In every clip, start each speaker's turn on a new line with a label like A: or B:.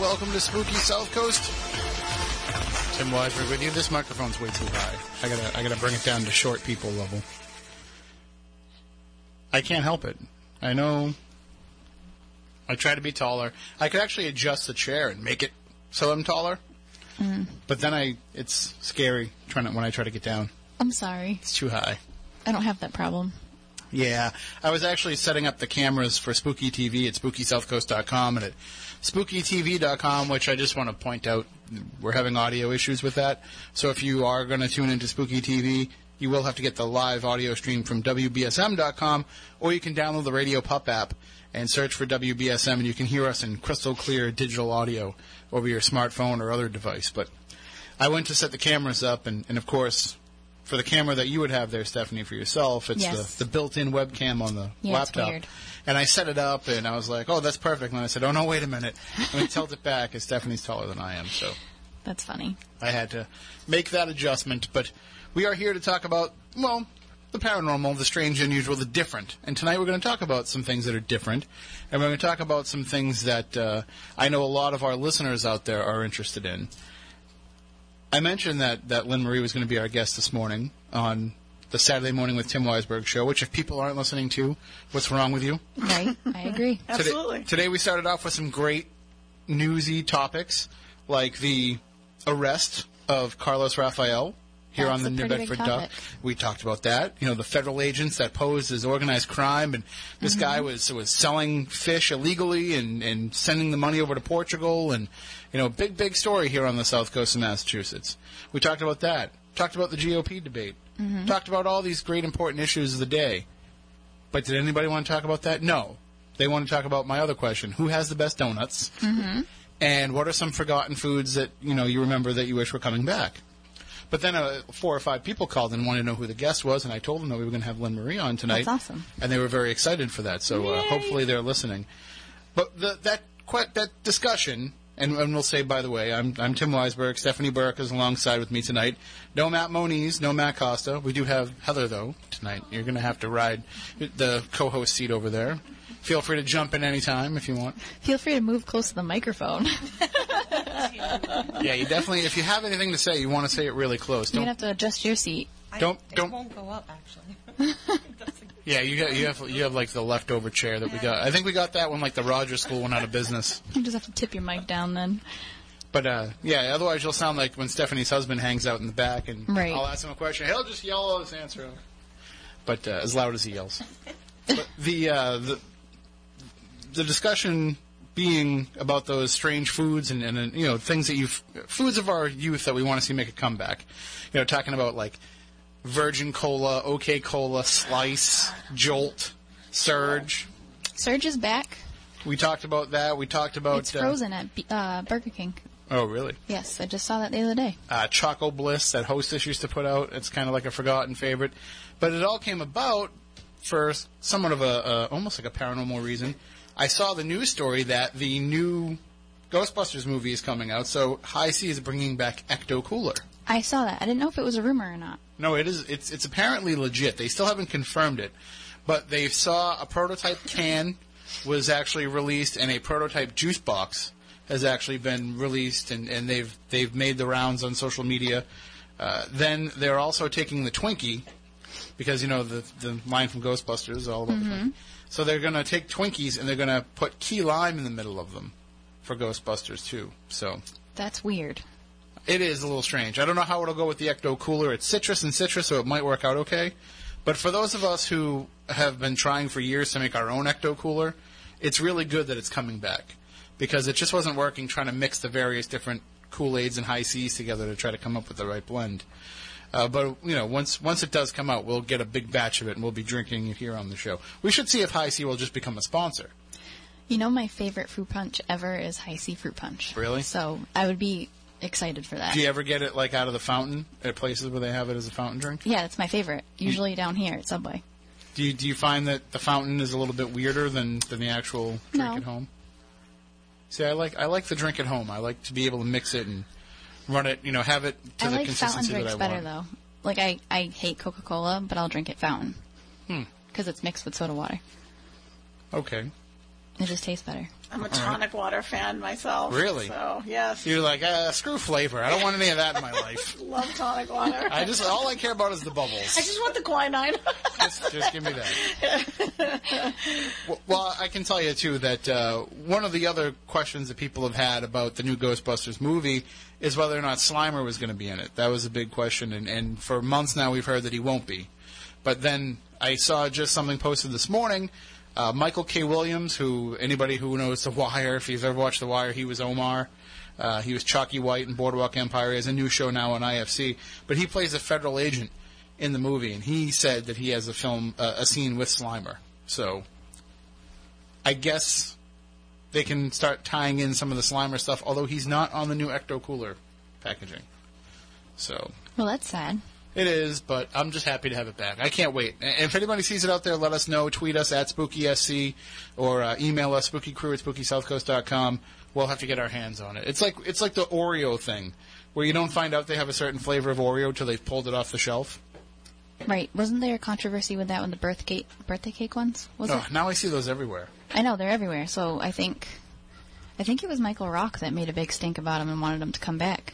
A: Welcome to Spooky South Coast. Tim Weisberg with you. This microphone's way too high. I gotta, I gotta bring it down to short people level. I can't help it. I know. I try to be taller. I could actually adjust the chair and make it so I'm taller. But then I, it's scary trying to, when I try to get down.
B: I'm sorry.
A: It's too high.
B: I don't have that problem.
A: Yeah, I was actually setting up the cameras for Spooky TV at SpookySouthCoast.com and at SpookyTV.com, which I just want to point out we're having audio issues with that. So if you are going to tune into Spooky TV, you will have to get the live audio stream from WBSM.com, or you can download the Radio Pup app and search for WBSM, and you can hear us in crystal clear digital audio over your smartphone or other device. But I went to set the cameras up, and, and of course, for the camera that you would have there, Stephanie, for yourself, it's
B: Yes.
A: the, the built-in webcam on the
B: Yeah, it's
A: laptop.
B: weird.
A: And I set it up, and I was like, "Oh, that's perfect." And then I said, "Oh no, wait a minute!" And I tilted it back, and Stephanie's taller than I am, so
B: That's funny.
A: I had to make that adjustment. But we are here to talk about well, the paranormal, the strange, unusual, the different. And tonight we're going to talk about some things that are different, and we're going to talk about some things that uh, I know a lot of our listeners out there are interested in. I mentioned that, that Lynn Marie was going to be our guest this morning on the Saturday Morning with Tim Weisberg show, which, if people aren't listening to, what's wrong with you?
B: Right? I agree.
A: Today-
C: Absolutely.
A: Today, we started off with some great newsy topics, like the arrest of Carlos Rafael here on
B: That's
A: the
B: a
A: New
B: pretty big
A: Bedford Dock.
B: topic.
A: We talked about that. You know, the federal agents that posed as organized crime, and this guy
B: Mm-hmm.
A: was was selling fish illegally and and sending the money over to Portugal, and you know, big big story here on the South Coast of Massachusetts. We talked about that. Talked about the GOP debate.
B: Mm-hmm.
A: Talked about all these great important issues of the day. But did anybody want to talk about that? No. They want to talk about my other question: Who has the best donuts? Mm-hmm. And what are some forgotten foods that you know you remember that you wish were coming back? But then uh, four or five people called and wanted to know who the guest was, and I told them that we were going to have Lynn Marie on tonight.
B: That's awesome.
A: And they were very excited for that. So uh, hopefully they're listening. But the, that que- that discussion, and, and we'll say by the way, I'm I'm Tim Weisberg. Stephanie Burke is alongside with me tonight. No Matt Moniz, no Matt Costa. We do have Heather though tonight. You're going to have to ride the co-host seat over there. Feel free to jump in anytime if you want.
B: Feel free to move close to the microphone.
A: Yeah, you definitely. If you have anything to say, you want to say it really close.
B: You're going to
A: Don't.
B: have to adjust your seat.
C: I-
A: Don't-
C: it
A: don't-
C: won't go up actually. It doesn't-
A: Yeah, you got, you have you have like the leftover chair that we got. I think we got that when like the Rogers School went out of business.
B: You just have to tip your mic down then.
A: But uh, yeah, otherwise you'll sound like when Stephanie's husband hangs out in the back, and
B: Right.
A: I'll ask him a question. He'll just yell all his answer, out. but uh, as loud as he yells. but the uh, the the discussion being about those strange foods and, and, and you know things that you foods of our youth that we want to see make a comeback. You know, talking about like Virgin Cola, OK Cola, Slice, Jolt, Surge.
B: Surge is back.
A: We talked about that. We talked about
B: It's frozen at B- uh, Burger King.
A: Uh, oh, really?
B: Yes, I just saw that the other day.
A: uh, Choco Bliss that Hostess used to put out. It's kind of like a forgotten favorite, but it all came about for s- somewhat of a uh, almost like a paranormal reason. I saw the news story that the new Ghostbusters movie is coming out, so High C is bringing back Ecto Cooler.
B: I saw that. I didn't know if it was a rumor or not.
A: No, it is. It's it's apparently legit. They still haven't confirmed it, but they saw a prototype can was actually released, and a prototype juice box has actually been released, and, and they've they've made the rounds on social media. Uh, then they're also taking the Twinkie because you know the the line from Ghostbusters is all about the Twinkie. So they're gonna take Twinkies and they're gonna put key lime in the middle of them for Ghostbusters too. So
B: That's weird.
A: it is a little strange. I don't know how it'll go with the Ecto Cooler. It's citrus and citrus, so it might work out okay. But for those of us who have been trying for years to make our own Ecto Cooler, it's really good that it's coming back because it just wasn't working trying to mix the various different Kool Aids and high C's together to try to come up with the right blend. Uh, but you know, once once it does come out, we'll get a big batch of it and we'll be drinking it here on the show. We should see if High C will just become a sponsor.
B: You know, my favorite fruit punch ever is High C Fruit Punch.
A: Really?
B: So I would be excited for that.
A: Do you ever get it like out of the fountain at places where they have it as a fountain drink?
B: Yeah, that's my favorite. Usually down here at Subway.
A: Do you, do you find that the fountain is a little bit weirder than, than the actual drink
B: No.
A: at home? See, I like I like the drink at home. I like to be able to mix it and run it, you know, have it to
B: I
A: the
B: like fountain
A: consistency that
B: drinks
A: I want.
B: better though. Like I, I hate Coca Cola,
A: Hmm.
B: but I'll drink it fountain because it's mixed with soda water.
A: Okay.
B: It just tastes better.
C: I'm a tonic water fan myself.
A: Really?
C: So, yes.
A: You're like, uh, screw flavor. I don't want any of that in my life.
C: Love tonic water.
A: I just all I care about is the
C: I
A: bubbles.
C: just want the quinine.
A: Just, just give me that. Well- Well, I can tell you too that uh, one of the other questions that people have had about the new Ghostbusters movie is whether or not Slimer was going to be in it. That was a big question, and, and for months now we've heard that he won't be. But then I saw just something posted this morning. Uh, Michael K. Williams, who anybody who knows The Wire, if you've ever watched The Wire, he was Omar. Uh, he was Chalky White in Boardwalk Empire. He has a new show now on IFC, but he plays a federal agent in the movie, and he said that he has a film, uh, a scene with Slimer. So I guess they can start tying in some of the Slimer stuff, although he's not on the new Ecto Cooler packaging. So
B: Well, that's sad.
A: it is, but I'm just happy to have it back. I can't wait. And if anybody sees it out there, let us know. Tweet us at SpookySC or uh, email us spookycrew at spookysouthcoast.com. We'll have to get our hands on it. It's like it's like the Oreo thing, where you don't find out they have a certain flavor of Oreo till they've pulled it off the shelf.
B: Right. Wasn't there a controversy with that one, the birth cake, birthday cake ones? Was
A: Oh,
B: it?
A: now I see those everywhere.
B: I know, they're everywhere. So I think, I think it was Michael Rock that made a big stink about him and wanted him to come back.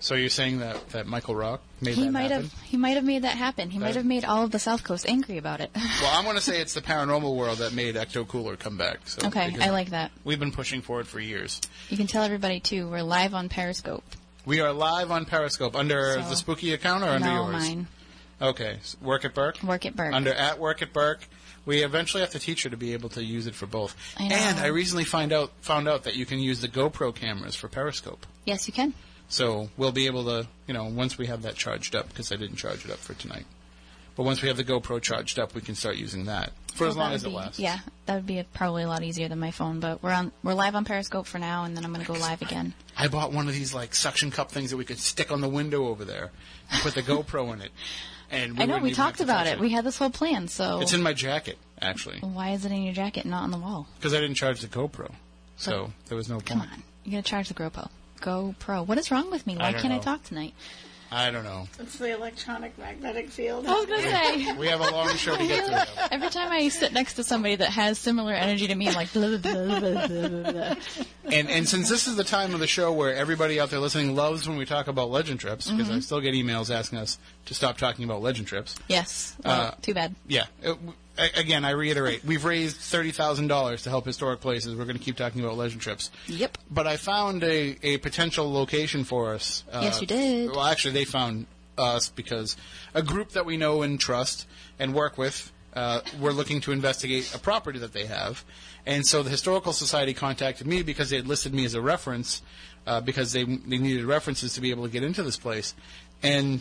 A: So you're saying that, that Michael Rock made
B: He
A: that
B: might
A: happen?
B: have, he might have made that happen. He
A: Right.
B: might have made all of the South Coast angry about it.
A: Well, I'm going to say it's the paranormal world that made Ecto Cooler come back. So
B: okay,
A: because
B: I like that.
A: We've been pushing for it for years.
B: You can tell everybody too. We're live on Periscope.
A: We are live on Periscope under
B: So-
A: the Spooky account or under
B: no,
A: yours?
B: mine.
A: Okay, s- work at Burke.
B: Work at Burke.
A: Under at work at Burke. We eventually have to teach her to be able to use it for both.
B: I know.
A: And I recently find out found out that you can use the GoPro cameras for Periscope.
B: Yes, you can.
A: So we'll be able to, you know, once we have that charged up, because I didn't charge it up for tonight. But once we have the GoPro charged up, we can start using that for as
B: Well,
A: long
B: that
A: as it
B: would be-
A: lasts.
B: Yeah, that would be a, probably a lot easier than my phone. But we're on, we're live on Periscope for now, and then I'm going to go live again.
A: I bought one of these like suction cup things that we could stick on the window over there, and put the GoPro in it, and we
B: I know
A: wouldn't
B: we
A: even have
B: talked
A: to
B: about
A: touch
B: it. We had this whole plan. So
A: it's in my jacket actually
B: why is it in your jacket, not on the wall?
A: because I didn't charge the GoPro, so there was no
B: Come
A: point.
B: on, you're going to charge the GoPro. GoPro. What is wrong with me?
A: I
B: Why
A: don't
B: can't I
A: know.
B: talk tonight?
A: I don't know.
C: it's the electronic magnetic field.
A: Oh,
B: I was going to say.
A: We have a long show to get through. though.
B: Every time I sit next to somebody that has similar energy to me, I'm like, blah, blah, blah, blah, blah, blah, blah.
A: And and since this is the time of the show where everybody out there listening loves when we talk about legend trips, because
B: Mm-hmm.
A: I still get emails asking us to stop talking about legend trips.
B: Yes. Well,
A: Uh,
B: too bad.
A: Yeah. It- w- a- again, I reiterate, we've raised thirty thousand dollars to help historic places. We're going to keep talking about legend trips.
B: Yep.
A: But I found a, a potential location for us. Uh,
B: Yes, you did.
A: Well, actually, they found us because a group that we know and trust and work with uh, were looking to investigate a property that they have. And so the Historical Society contacted me because they had listed me as a reference uh, because they, they needed references to be able to get into this place. And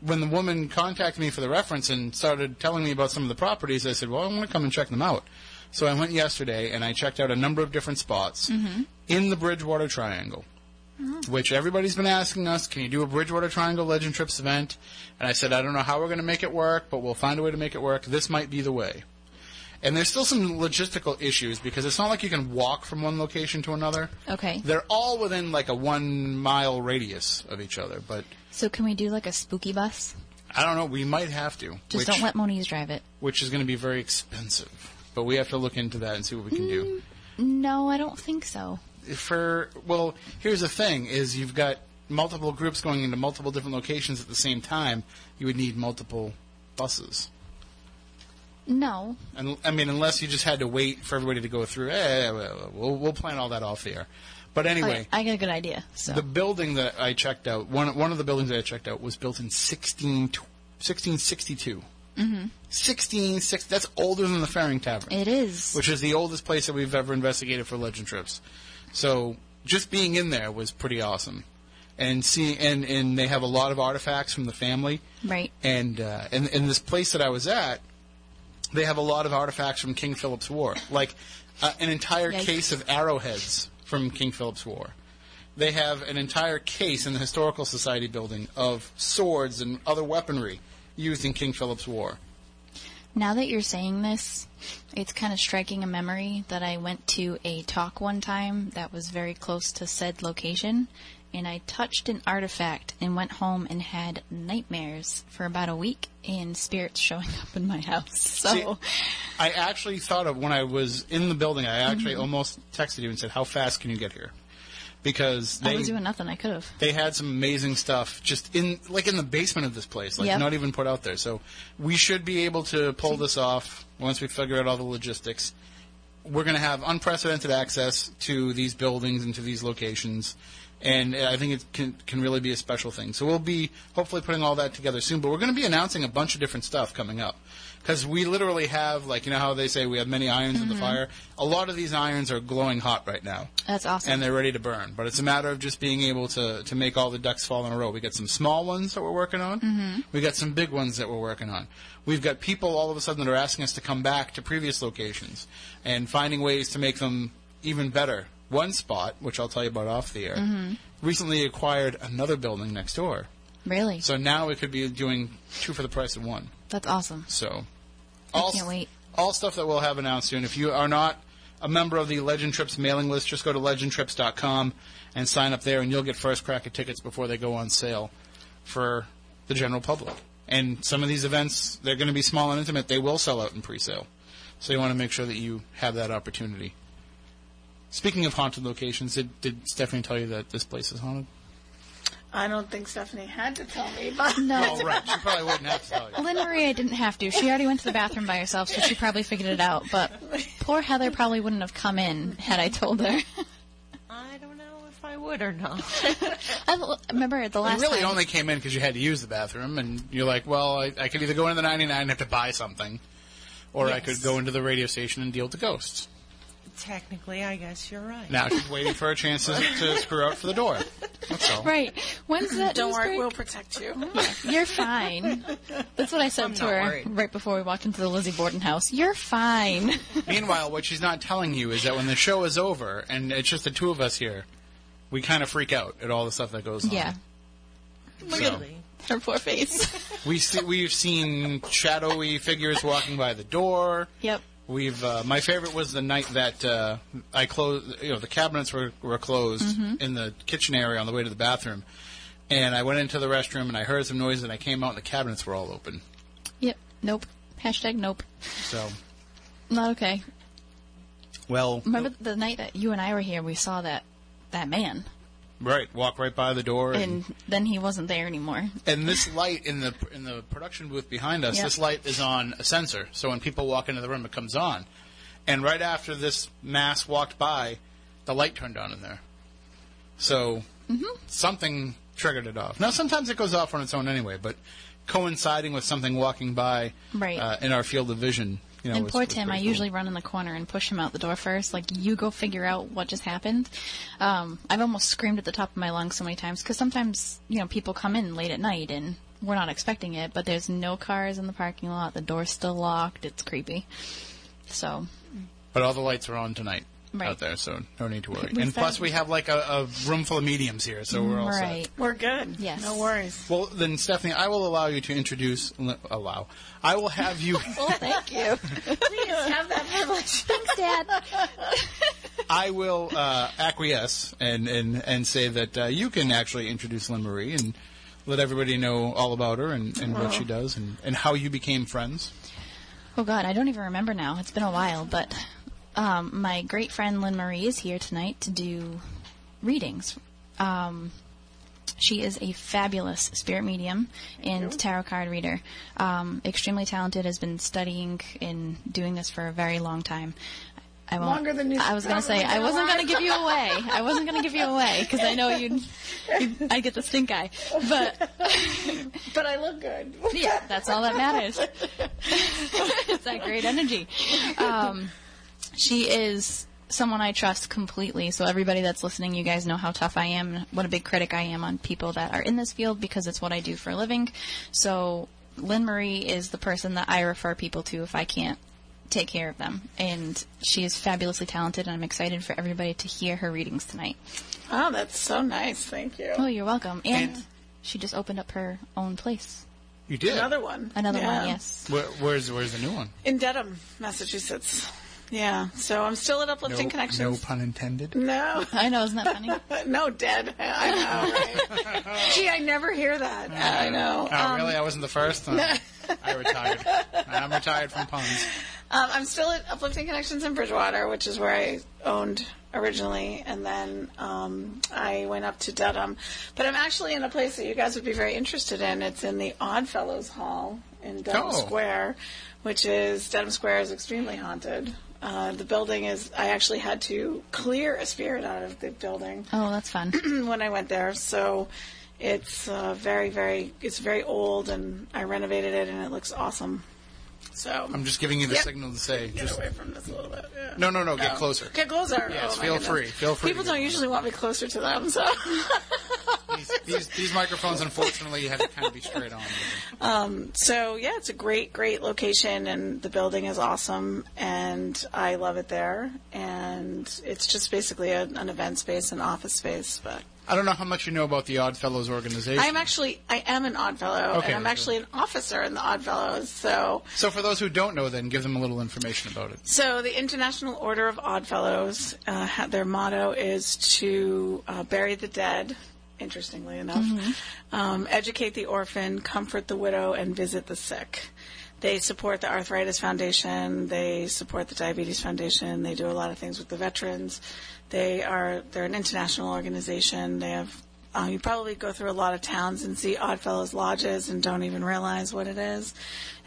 A: when the woman contacted me for the reference and started telling me about some of the properties, I said, "Well, I want to come and check them out." So I went yesterday and I checked out a number of different spots
B: Mm-hmm.
A: in the Bridgewater Triangle, which everybody's been asking us, "Can you do a Bridgewater Triangle Legend Trips event?" And I said, "I don't know how we're going to make it work, but we'll find a way to make it work. This might be the way." And there's still some logistical issues because it's not like you can walk from one location to another.
B: Okay.
A: They're all within like a one mile radius of each other, but
B: So can we do like a spooky bus?
A: I don't know. We might have to. which,
B: Just don't let Moniz drive it.
A: Which is going to be very expensive. But we have to look into that and see what we can
B: Mm.
A: do.
B: No, I don't think so.
A: For well, here's the thing: is you've got multiple groups going into multiple different locations at the same time. You would need multiple buses.
B: No.
A: And I mean, unless you just had to wait for everybody to go through. Eh, well, we'll, we'll plan all that off the air. But
B: But
A: anyway,
B: I got a good idea. So
A: the building that I checked out, one one of the buildings that I checked out was built in 16, 1662. Mm-hmm. 1660. That's older than the Faring Tavern.
B: it is.
A: which is the oldest place that we've ever investigated for legend trips. So just being in there was pretty awesome, and seeing and and they have a lot of artifacts from the family,
B: Right.
A: And uh, and and this place that I was at, they have a lot of artifacts from King Philip's War, like uh, an entire
B: Yikes.
A: case of arrowheads from King Philip's War. They have an entire case in the Historical Society building of swords and other weaponry used in King Philip's War.
B: Now that you're saying this, it's kind of striking a memory that I went to a talk one time that was very close to said location, and I touched an artifact and went home and had nightmares for about a week and spirits showing up in my house. So
A: I actually thought of when I was in the building. I actually almost texted you and said, "How fast can you get here?" Because
B: I
A: they
B: was doing nothing I could have.
A: they had some amazing stuff just in like in the basement of this place, like
B: Yep.
A: not even put out there. So we should be able to pull this off once we figure out all the logistics. We're going to have unprecedented access to these buildings and to these locations, and I think it can can really be a special thing. So we'll be hopefully putting all that together soon. But we're going to be announcing a bunch of different stuff coming up because we literally have like you know how they say we have many irons in the fire. A lot of these irons are glowing hot right now
B: That's awesome.
A: and they're ready to burn. But it's a matter of just being able to, to make all the ducks fall in a row. We got some small ones that we're working on. Mm-hmm. We got some big ones that we're working on. We've got people all of a sudden that are asking us to come back to previous locations and finding ways to make them even better. One spot, which I'll tell you about off the air, recently acquired another building next door.
B: really?
A: So now it could be doing two for the price of one.
B: That's awesome.
A: So, all
B: can't wait.
A: all stuff that we'll have announced soon. If you are not a member of the Legend Trips mailing list, just go to legendtrips.com and sign up there, and you'll get first crack at tickets before they go on sale for the general public. And some of these events, they're going to be small and intimate. They will sell out in pre-sale, so you want to make sure that you have that opportunity. Speaking of haunted locations, did, did Stephanie tell you that this place is haunted?
C: I don't think Stephanie had to tell me, but
B: No.
A: Oh, right. She probably wouldn't have to tell you.
B: Lynn Maria didn't have to. She already went to the bathroom by herself, so she probably figured it out. But poor Heather probably wouldn't have come in had I told her.
D: I don't know if I would or not.
B: I l- remember the last
A: You really
B: time.
A: only came in because you had to use the bathroom, and you're like, well, I, I could either go into the 99 and have to buy something, or I could
B: Yes.
A: go into the radio station and deal with the ghosts.
D: Technically, I guess you're right.
A: Now she's waiting for a chance to, to screw out for the door. That's all.
B: right. When's that?
C: don't
B: news
C: worry,
B: break?
C: we'll protect you.
D: Mm-hmm.
B: You're fine. That's what I said
D: I'm
B: to
D: not
B: her
D: worried.
B: right before we walked into the Lizzie Borden house. You're fine.
A: Meanwhile, what she's not telling you is that when the show is over and it's just the two of us here, we kind of freak out at all the stuff that goes on.
B: yeah.
D: Really?
B: Her poor face.
A: We see, we've seen shadowy figures walking by the door.
B: yep.
A: We've uh, my favorite was the night that uh, I closed. You know, the cabinets were were closed in the kitchen area on the way to the bathroom, and I went into the restroom and I heard some noise and I came out and the cabinets were all open.
B: Yep. Nope. Hashtag nope.
A: So,
B: Not okay.
A: well,
B: Remember the night that you and I were here, we saw that that man,
A: right, walk right by the door
B: and then he wasn't there anymore.
A: And this light in the in the production booth behind us,
B: Yeah.
A: this light is on a sensor. So when people walk into the room, it comes on. And right after this mass walked by, the light turned on in there. So
B: Mm-hmm.
A: something triggered it off. Now sometimes it goes off on its own anyway, but coinciding with something walking by
B: Right.
A: uh, in our field of vision. You know,
B: and
A: was-
B: poor
A: was
B: Tim, I
A: pretty cool.
B: usually run in the corner and push him out the door first. Like, you go figure out what just happened. Um, I've almost screamed at the top of my lungs so many times because sometimes, you know, people come in late at night and we're not expecting it, but there's no cars in the parking lot. The door's still locked. It's creepy. So,
A: But all the lights are on tonight
B: Right.
A: out there, so no need to worry.
B: We
A: and plus,
B: found-
A: we have like a, a room full of mediums here, so we're all set.
B: right.
C: We're good.
B: Yes.
C: No worries.
A: Well, then, Stephanie, I will allow you to introduce. Allow. I will have you.
B: Thank you.
C: Please have that privilege.
B: Thanks, Dad.
A: I will uh, acquiesce and, and, and say that uh, you can actually introduce Lynn Marie and let everybody know all about her and, and what she does and, and how you became friends.
B: Oh God, I don't even remember now. It's been a while, but um, my great friend Lynn Marie is here tonight to do readings. Um, she is a fabulous spirit medium and tarot card reader. Um, extremely talented, has been studying and doing this for a very long time. I won't,
C: Longer than you-
B: I was going to say. I wasn't going to give you away. I wasn't going to give you away because I know you'd, you'd. I'd get the stink eye. But
C: But I look good.
B: yeah, that's all that matters. it's that great energy. Um, she is someone I trust completely. So everybody that's listening, you guys know how tough I am and what a big critic I am on people that are in this field because it's what I do for a living. So Lynn Marie is the person that I refer people to if I can't take care of them. And she is fabulously talented and I'm excited for everybody to hear her readings tonight.
C: Oh, that's so nice. Thank you.
B: Oh, you're welcome. And,
A: And-
B: she just opened up her own place.
A: You did.
C: Another one.
B: Another
C: Yeah.
B: one, yes.
A: Where, where's where's the new one?
C: In Dedham, Massachusetts. Yeah. So I'm still at
A: No,
C: Uplifting
A: no
C: Connections.
A: pun intended.
C: No.
B: I know, isn't that funny?
C: no, dead. I know. right? Gee, I never hear that. I know. Um,
A: Oh, really? I wasn't the first. Oh, I retired. I'm retired from puns.
C: Um, I'm still at Uplifting Connections in Bridgewater, which is where I owned originally, and then um, I went up to Dedham. But I'm actually in a place that you guys would be very interested in. It's in the Oddfellows Hall in Dedham
A: Oh.
C: Square, which is Dedham Square is extremely haunted. Uh, the building is. I actually had to clear a spirit out of the building
B: Oh, that's fun.
C: when I went there. So it's uh, very, very. It's very old, and I renovated it, and it looks awesome. So
A: I'm just giving you the
C: Yep.
A: signal to say.
C: Get
A: Just
C: away from this a little bit. Yeah.
A: no, no, no. Get closer.
C: Get closer.
A: Yes,
C: Oh, my
A: feel
C: goodness.
A: free. Feel free
C: People
A: to do
C: don't
A: that.
C: usually want me closer to them, so.
A: These, these, these microphones, unfortunately, have to kind of be straight on.
C: Um, so yeah, it's a great, great location, and the building is awesome, and I love it there. And it's just basically a, an event space, an office space, but.
A: I don't know how much you know about the Oddfellows organization.
C: I'm actually, I am an odd fellow,
A: Okay.
C: and I'm actually an officer in the odd fellows. So,
A: so, for those who don't know, then give them a little information about it.
C: So the International Order of Oddfellows, uh, ha- their motto is to uh, bury the dead. Interestingly enough, um, educate the orphan, comfort the widow, and visit the sick. They support the Arthritis Foundation. They support the Diabetes Foundation. They do a lot of things with the veterans. They are they're an international organization. They have uh, you probably go through a lot of towns and see Oddfellows lodges and don't even realize what it is,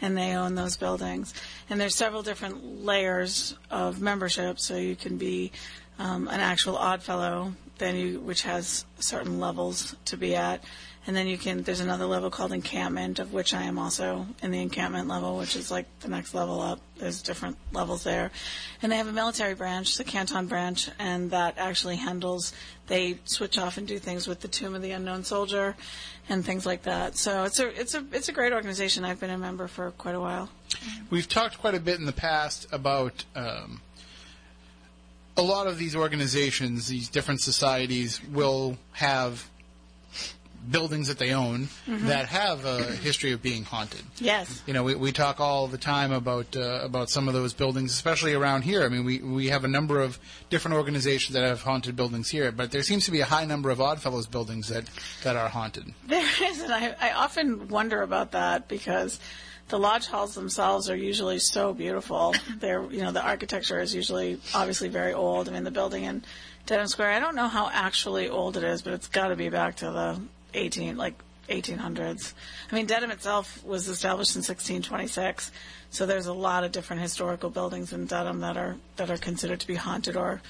C: and they own those buildings. And there's several different layers of membership, so you can be um, an actual Oddfellow, then you which has certain levels to be at, and then you can there's another level called encampment, of which I am also in the encampment level, which is like the next level up. There's different levels there, and they have a military branch, the Canton branch, and that actually handles they switch off and do things with the Tomb of the Unknown Soldier and things like that. So it's a it's a it's a great organization. I've been a member for quite a while.
A: We've talked quite a bit in the past about um, a lot of these organizations, these different societies, will have buildings that they own
C: Mm-hmm.
A: that have a history of being haunted.
C: Yes.
A: You know, we, we talk all the time about uh, about some of those buildings, especially around here. I mean, we, we have a number of different organizations that have haunted buildings here, but there seems to be a high number of Oddfellows buildings that, that are haunted.
C: There is, and I, I often wonder about that because the lodge halls themselves are usually so beautiful. They're, you know, the architecture is usually obviously very old. I mean, the building in Dedham Square, I don't know how actually old it is, but it's got to be back to the 18, like 1800s. I mean, Dedham itself was established in 1626, so there's a lot of different historical buildings in Dedham that are that are considered to be haunted or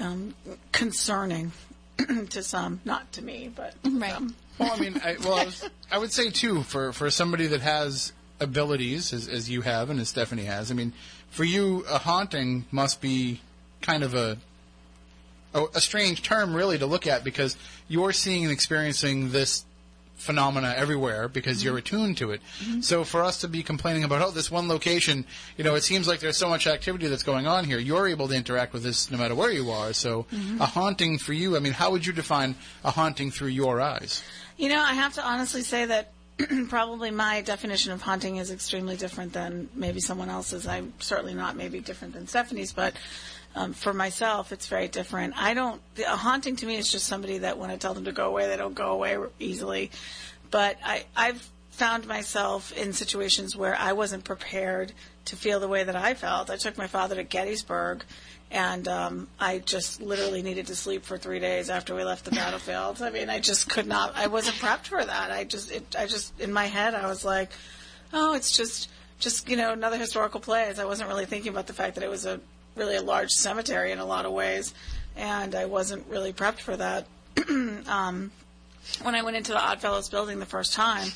C: um, concerning to some, not to me, but
B: Right.
C: some.
A: Well, I mean, I, well, I, was, I would say too for for somebody that has abilities as, as you have and as Stephanie has. I mean, for you, a haunting must be kind of a a, a strange term, really, to look at because you're seeing and experiencing this phenomena everywhere because you're attuned to it. So for us to be complaining about oh this one location, you know, it seems like there's so much activity that's going on here. You're able to interact with this no matter where you are. So a haunting for you, I mean, how would you define a haunting through your eyes?
C: You know, I have to honestly say that probably my definition of haunting is extremely different than maybe someone else's. I'm certainly not maybe different than Stephanie's, but um, for myself, it's very different. I don't, the, a haunting to me is just somebody that when I tell them to go away, they don't go away easily. But I, I've found myself in situations where I wasn't prepared to feel the way that I felt. I took my father to Gettysburg, and um, I just literally needed to sleep for three days after we left the battlefield. I mean, I just could not. I wasn't prepped for that. I just, it, I just in my head, I was like, oh, it's just, just you know, another historical place. I wasn't really thinking about the fact that it was a really a large cemetery in a lot of ways, and I wasn't really prepped for that when I went into the Oddfellows building the first time,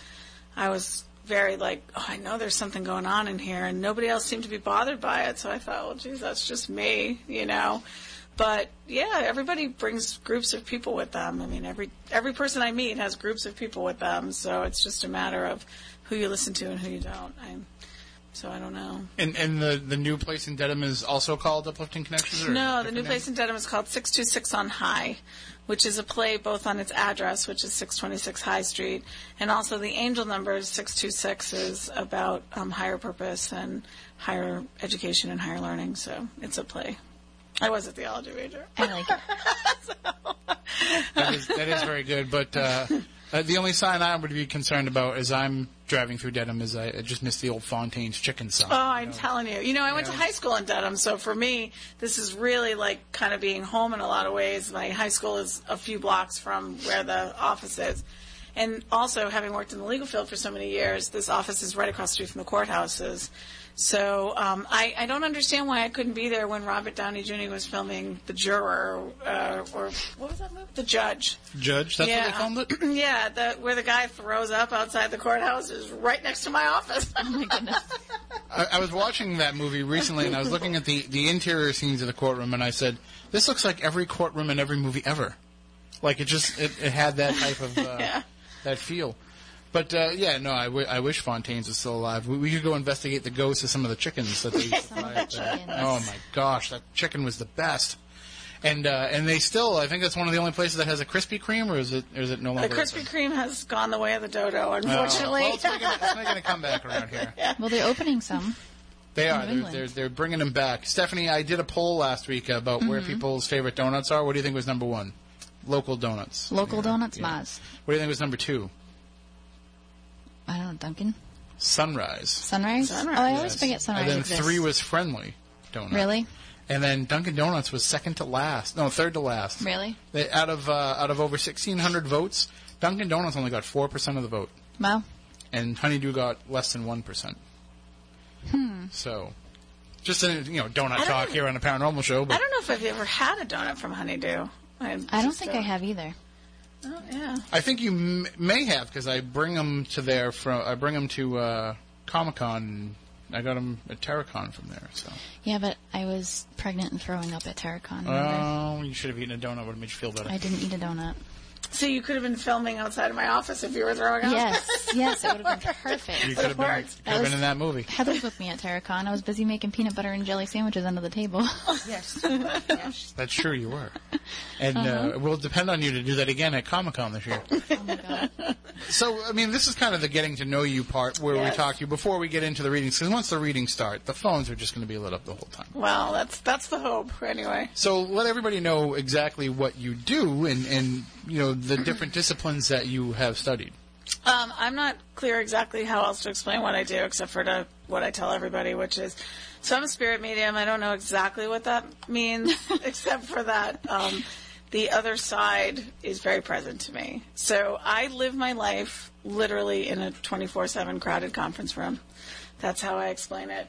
C: I was very like, oh, I know there's something going on in here, and nobody else seemed to be bothered by it. So I thought, well, geez, that's just me, you know. But yeah, everybody brings groups of people with them. I mean, every every person I meet has groups of people with them, so it's just a matter of who you listen to and who you don't. I'm, So I don't know.
A: And and the the new place in Dedham is also called Uplifting Connections. Or
C: No, the
A: different
C: new
A: name?
C: place in Dedham is called 626 on High, which is a play both on its address, which is 626 High Street, and also the angel number 626 is about um, higher purpose and higher education and higher learning. So it's a play. I was a theology major.
B: I like it.
A: That is, that is very good. But uh, uh, the only sign I would be concerned about as I'm driving through Dedham is I, I just missed the old Fontaine's chicken sign.
C: Oh, I'm telling you. You know, I went to
A: Yeah.
C: high school in Dedham, so for me, this is really like kind of being home in a lot of ways. My high school is a few blocks from where the office is. And also, having worked in the legal field for so many years, this office is right across the street from the courthouses. So um, I, I don't understand why I couldn't be there when Robert Downey Jr. was filming The Juror, uh, or what was that movie? The Judge.
A: Judge, that's
C: Yeah.
A: what they filmed it.
C: Yeah, the, where the guy throws up outside the courthouse is right next to my office.
B: Oh my goodness.
A: I, I was watching that movie recently, and I was looking at the the interior scenes of the courtroom, and I said, "This looks like every courtroom in every movie ever." Like it just it, it had that type of uh,
C: Yeah.
A: that feel. But uh, yeah, no, I, w- I wish Fontaine's was still alive. We, we could go investigate the ghosts of some of the chickens that they used to
B: Some of
A: fry
B: the
A: up there.
B: chickens.
A: Oh my gosh, that chicken was the best. And uh, and they still, I think that's one of the only places that has a Krispy Kreme, or is it or is it no
C: The
A: longer?
C: Krispy
A: open?
C: Kreme has gone the way of the dodo,
A: Oh,
C: unfortunately.
A: well, it's making a- it's making a comeback around here.
B: Well, they're opening some.
A: They are.
B: New
A: They're,
B: England.
A: they're they're bringing them back. Stephanie, I did a poll last week about where
B: Mm-hmm.
A: people's favorite donuts are. What do you think was number one? Local donuts.
B: Local donuts,
A: yeah.
B: Maz.
A: What do you think was number two?
B: I don't know, Duncan.
A: Sunrise.
B: Sunrise?
C: Sunrise.
B: Oh, I always
A: Yes.
B: forget Sunrise
A: And then
B: exists.
A: three was friendly donut.
B: Really?
A: And then Dunkin' Donuts was second to last. No, third to last.
B: Really?
A: They, out of uh, out of over sixteen hundred votes, Dunkin' Donuts only got four percent of the vote,
B: Wow.
A: and Honeydew got less than one percent. Hmm. So, just a, you know, donut
C: don't
A: talk
C: know.
A: here on the paranormal show. But
C: I don't know if I've ever had a donut from Honeydew. I,
B: I don't think I have either.
C: Oh, yeah.
A: I think you m- may have because I bring them to there from I bring them to uh, Comic Con. and I got them at Terracon from there. So,
B: Yeah, but I was pregnant and throwing up at Terracon. remember?
A: oh, you should have eaten a donut. Would have made you feel better.
B: I didn't eat a donut.
C: So you could have been filming outside of my office if you were throwing up.
B: Yes, yes, it would have been
A: You
B: perfect.
A: could have been,
C: worked.
A: could have been in that movie.
B: Heather was with me at Terracon. I was busy making peanut butter and jelly sandwiches under the table.
D: Yes. yes.
A: That's true, you were. And uh, we'll depend on you to do that again at Comic Con this year.
B: oh my god.
A: So, I mean, this is kind of the getting to know you part where we
C: Yes.
A: talk to you before we get into the readings. Because once the readings start, the phones are just going to be lit up the whole time.
C: Well, that's that's the hope, anyway.
A: So let everybody know exactly what you do and, and you know the different disciplines that you have studied.
C: Um, I'm not clear exactly how else to explain what I do, except for to what I tell everybody, which is, so I'm a spirit medium. I don't know exactly what that means, except for that um, the other side is very present to me. So I live my life literally in a 24/7 crowded conference room. That's how I explain it.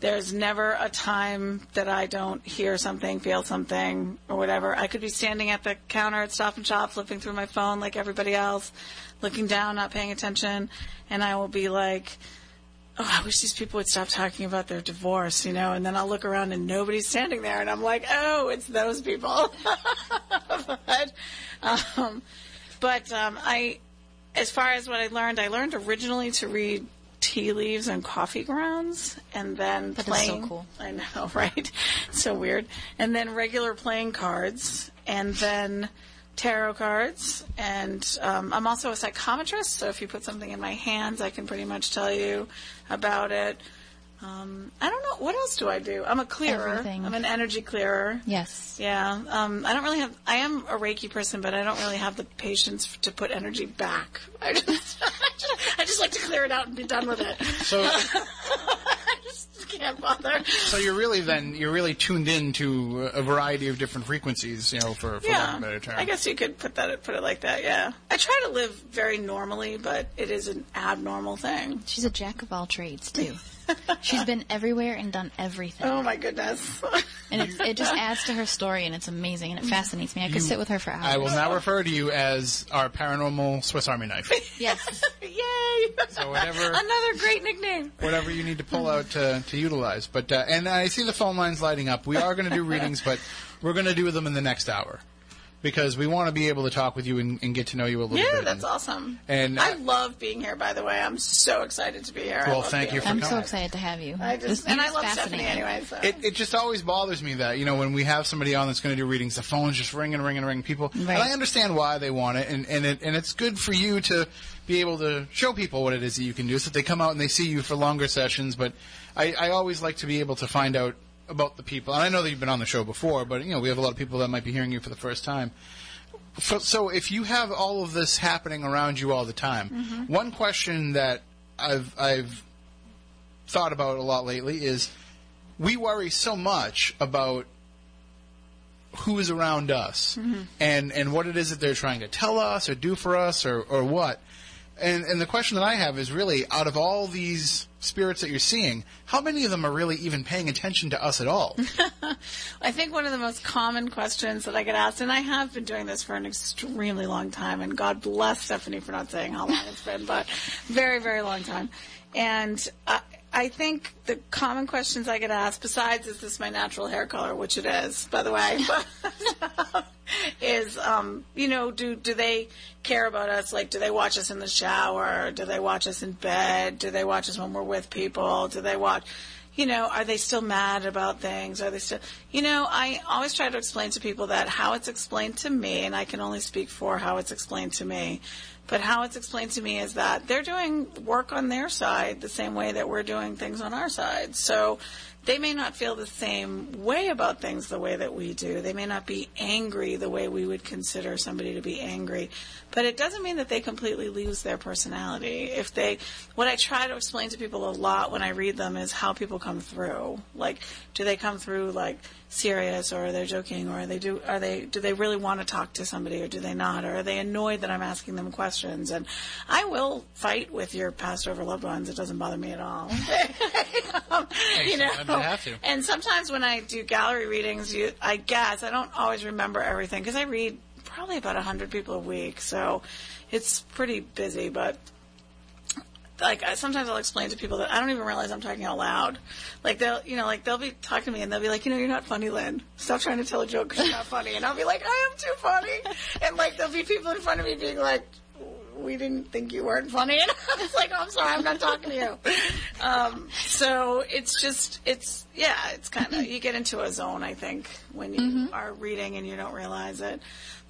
C: There's never a time that I don't hear something, feel something, or whatever. I could be standing at the counter at Stop and Shop, flipping through my phone like everybody else, looking down, not paying attention, and I will be like, "Oh, I wish these people would stop talking about their divorce," you know. And then I'll look around and nobody's standing there, and I'm like, "Oh, it's those people." but, um, but um, I, as far as what I learned, I learned originally to read tea leaves and coffee grounds, and then
B: That is so
C: playing.
B: cool.
C: I know, right? so weird. And then regular playing cards, and then tarot cards. And um, I'm also a psychometrist, so if you put something in my hands, I can pretty much tell you about it. Um, I don't know. What else do I do? I'm a clearer.
B: Everything.
C: I'm an energy clearer.
B: Yes.
C: Yeah, um, I don't really have. I am a Reiki person, but I don't really have the patience f- to put energy back. I just, I just like to clear it out and be done with it.
A: So,
C: I just can't bother.
A: so you're really then you're really tuned in to a variety of different frequencies, you know, for, for lack
C: Yeah,
A: of a better term.
C: I guess you could put that put it like that. Yeah, I try to live very normally, but it is an abnormal thing.
B: She's a jack of all trades too. She's been everywhere and done everything.
C: Oh my goodness.
B: And it, it just adds to her story, and it's amazing, and it fascinates me. I could sit with her for hours.
A: I will now refer to you as our paranormal Swiss Army knife.
B: Yes.
C: Yay!
A: So whatever
C: Another great nickname.
A: whatever you need to pull out to, to utilize. But uh, and I see the phone lines lighting up. We are going to do readings, but we're going to do them in the next hour. because we want to be able to talk with you and, and get to know you a little
C: Yeah,
A: bit.
C: that's
A: And-
C: awesome.
A: And- uh,
C: I love being here. By the way, I'm so excited to be here. I
A: Well,
C: love
A: thank
C: being
A: you for
B: I'm
C: here.
B: so
A: coming.
B: excited to have you.
C: I just
B: This-
C: and I
B: it's
C: love Stephanie
B: fascinating.
C: anyway. So
A: It, it just always bothers me that you know when we have somebody on that's going to do readings, the phone's just ringing, ringing, ringing. People,
B: Right.
A: and I understand why they want it, and and it, and it's good for you to be able to show people what it is that you can do, so that they come out and they see you for longer sessions. But I, I always like to be able to find out about the people. And I know that you've been on the show before, but you know we have a lot of people that might be hearing you for the first time. For, so if you have all of this happening around you all the time, one question that I've I've thought about a lot lately is we worry so much about who is around us and and what it is that they're trying to tell us or do for us or or what. And and the question that I have is really out of all these spirits that you're seeing, how many of them are really even paying attention to us at all?
C: I think one of the most common questions that I get asked, and I have been doing this for an extremely long time, and God bless Stephanie for not saying how long it's been, but very, very long time. And I, I think the common questions I get asked, besides is this my natural hair color, which it is, by the way, but- is, um, you know, do do they care about us? Like, do they watch us in the shower? Do they watch us in bed? Do they watch us when we're with people? Do they watch? you know, are they still mad about things? Are they still, you know, I always try to explain to people that how it's explained to me, and I can only speak for how it's explained to me, but how it's explained to me is that they're doing work on their side the same way that we're doing things on our side. So they may not feel the same way about things the way that we do. They may not be angry the way we would consider somebody to be angry. But it doesn't mean that they completely lose their personality. If they, what I try to explain to people a lot when I read them is how people come through. Like, do they come through like serious or are they joking or are they do, are they, do they really want to talk to somebody or do they not? Or are they annoyed that I'm asking them questions? And I will fight with your past over loved ones. It doesn't bother me at all. you know,
A: sometimes you have to.
C: and sometimes when I do gallery readings, you, I guess I don't always remember everything because I read probably about hundred people a week, so it's pretty busy. But like I, sometimes I'll explain to people that I don't even realize I'm talking out loud. Like they'll, you know, like they'll be talking to me and they'll be like, you know, you're not funny, Lynn. Stop trying to tell a joke 'cause you're not funny. And I'll be like, I am too funny. And like there'll be people in front of me being like. We didn't think you weren't funny, and I was like, "I'm sorry, I'm not talking to you." Um, so it's just, it's yeah, it's kind of you get into a zone, I think, when you are reading and you don't realize it.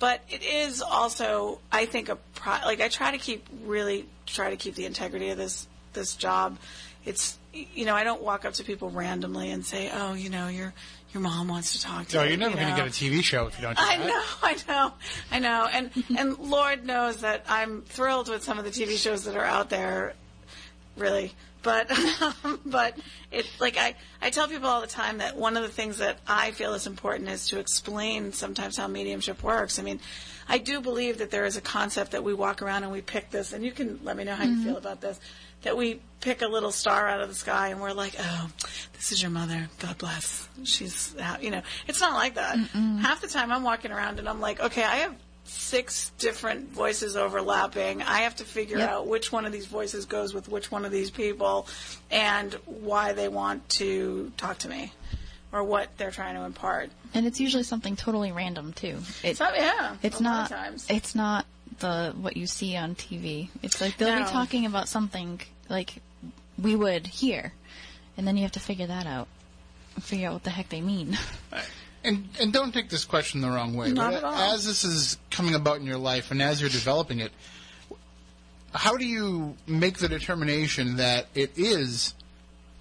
C: But it is also, I think, a pro- like I try to keep really try to keep the integrity of this this job. It's you know I don't walk up to people randomly and say, oh, you know, your your mom wants to talk to
A: no,
C: you.
A: you're never
C: you
A: going
C: know?
A: to get a TV show if you don't do
C: I
A: that.
C: know, I know, I know, and and Lord knows that I'm thrilled with some of the TV shows that are out there, really. But but it like I I tell people all the time that one of the things that I feel is important is to explain sometimes how mediumship works. I mean, I do believe that there is a concept that we walk around and we pick this, and you can let me know how you feel about this. That we pick a little star out of the sky and we're like, oh, this is your mother. God bless. She's out. You know, it's not like that. Half the time I'm walking around and I'm like, okay, I have six different voices overlapping. I have to figure out which one of these voices goes with which one of these people and why they want to talk to me or what they're trying to impart.
B: And it's usually something totally random too. It,
C: So, yeah.
B: it's
C: a lot
B: not.
C: of times.
B: It's not the what you see on TV. It's like they'll
C: No.
B: be talking about something like we would hear, and then you have to figure that out. Figure out what the heck they mean.
A: And and don't take this question the wrong way.
C: Not
A: but
C: at all.
A: As this is coming about in your life and as you're developing it, how do you make the determination that it is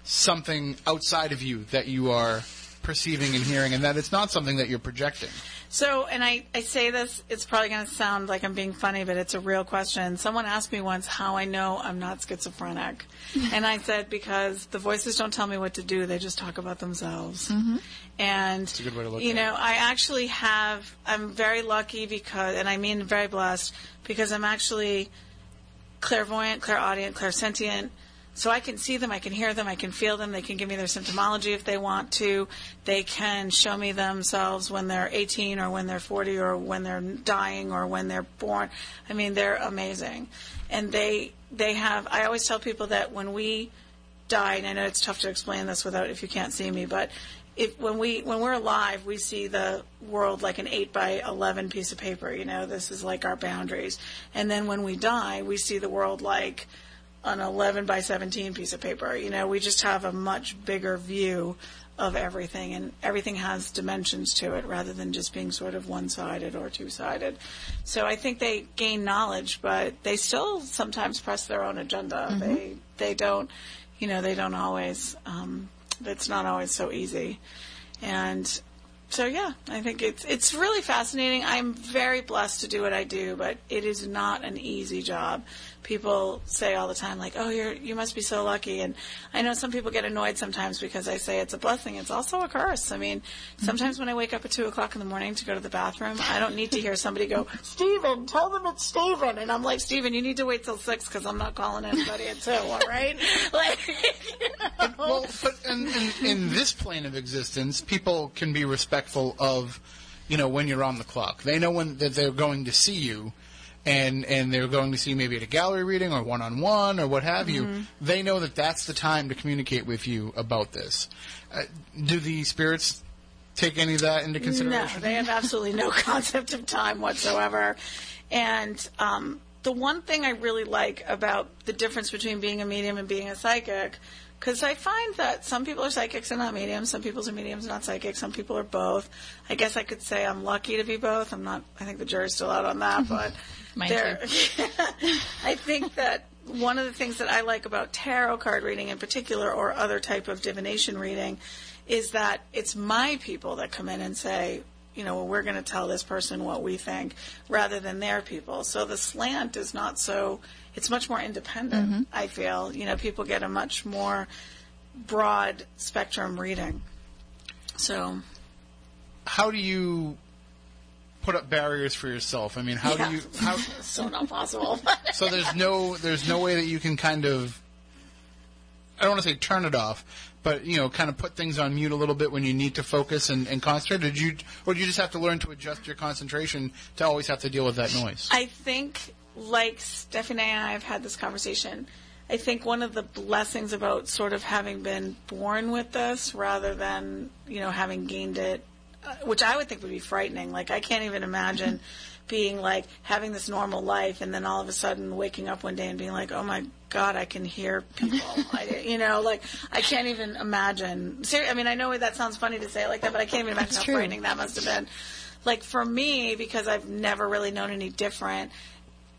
A: something outside of you that you are perceiving and hearing, and that it's not something that you're projecting?
C: So, and I, I say this, it's probably going to sound like I'm being funny, but it's a real question. Someone asked me once how I know I'm not schizophrenic. and I said, because the voices don't tell me what to do, they just talk about themselves. And,
A: a good way to look
C: you
A: at it.
C: know, know, I actually have. I'm very lucky because, and I mean very blessed, because I'm actually clairvoyant, clairaudient, clairsentient. So I can see them, I can hear them, I can feel them. They can give me their symptomology if they want to. They can show me themselves when they're 18 or when they're 40 or when they're dying or when they're born. I mean, they're amazing, and they they have. I always tell people that when we die, and I know it's tough to explain this without if you can't see me, but if when we when we're alive, we see the world like an eight by eleven piece of paper. You know, this is like our boundaries, and then when we die, we see the world like an eleven by seventeen piece of paper. You know, we just have a much bigger view of everything, and everything has dimensions to it rather than just being sort of one sided or two sided. So I think they gain knowledge, but they still sometimes press their own agenda. They they don't, you know, they don't always. Um, it's not always so easy, and so yeah, I think it's it's really fascinating. I'm very blessed to do what I do, but it is not an easy job. People say all the time, like, "Oh, you're you must be so lucky." And I know some people get annoyed sometimes because I say it's a blessing. It's also a curse. I mean, sometimes when I wake up at two o'clock in the morning to go to the bathroom, I don't need to hear somebody go, "Steven, tell them it's Steven," and I'm like, "Steven, you need to wait till six because I'm not calling anybody at two, all right?" Like, you know.
A: Well, but in, in, in this plane of existence, people can be respectful of, you know, when you're on the clock. They know when that they're going to see you, and and they're going to see you maybe at a gallery reading or one on one or what have you. They know that that's the time to communicate with you about this. Uh, do the spirits take any of that into
C: No,
A: consideration?
C: they have absolutely no concept of time whatsoever. And um, the one thing I really like about the difference between being a medium and being a psychic, because I find that some people are psychics and not mediums, some people are mediums and not psychics, some people are both. I guess I could say I'm lucky to be both. I'm not. I think the jury's still out on that, but
B: Mine
C: there, I think that one of the things that I like about tarot card reading in particular, or other type of divination reading, is that it's my people that come in and say, you know, well, we're going to tell this person what we think, rather than their people. So the slant is not so. It's much more independent. I feel. You know, people get a much more broad spectrum reading. So
A: How do you put up barriers for yourself? I mean, how
C: Yeah.
A: do you? How,
C: so not possible.
A: so there's no there's no way that you can kind of I don't want to say turn it off, but you know, kind of put things on mute a little bit when you need to focus and, and concentrate. Did you or do you just have to learn to adjust your concentration to always have to deal with that noise?
C: I think, like Stephanie and I have had this conversation, I think one of the blessings about sort of having been born with this rather than, you know, having gained it, uh, which I would think would be frightening. Like, I can't even imagine being like having this normal life and then all of a sudden waking up one day and being like, oh my God, I can hear people. I, you know, like, I can't even imagine. Ser- I mean, I know that sounds funny to say it like that, but I can't even imagine how
B: true.
C: frightening that must have been. Like for me, because I've never really known any different.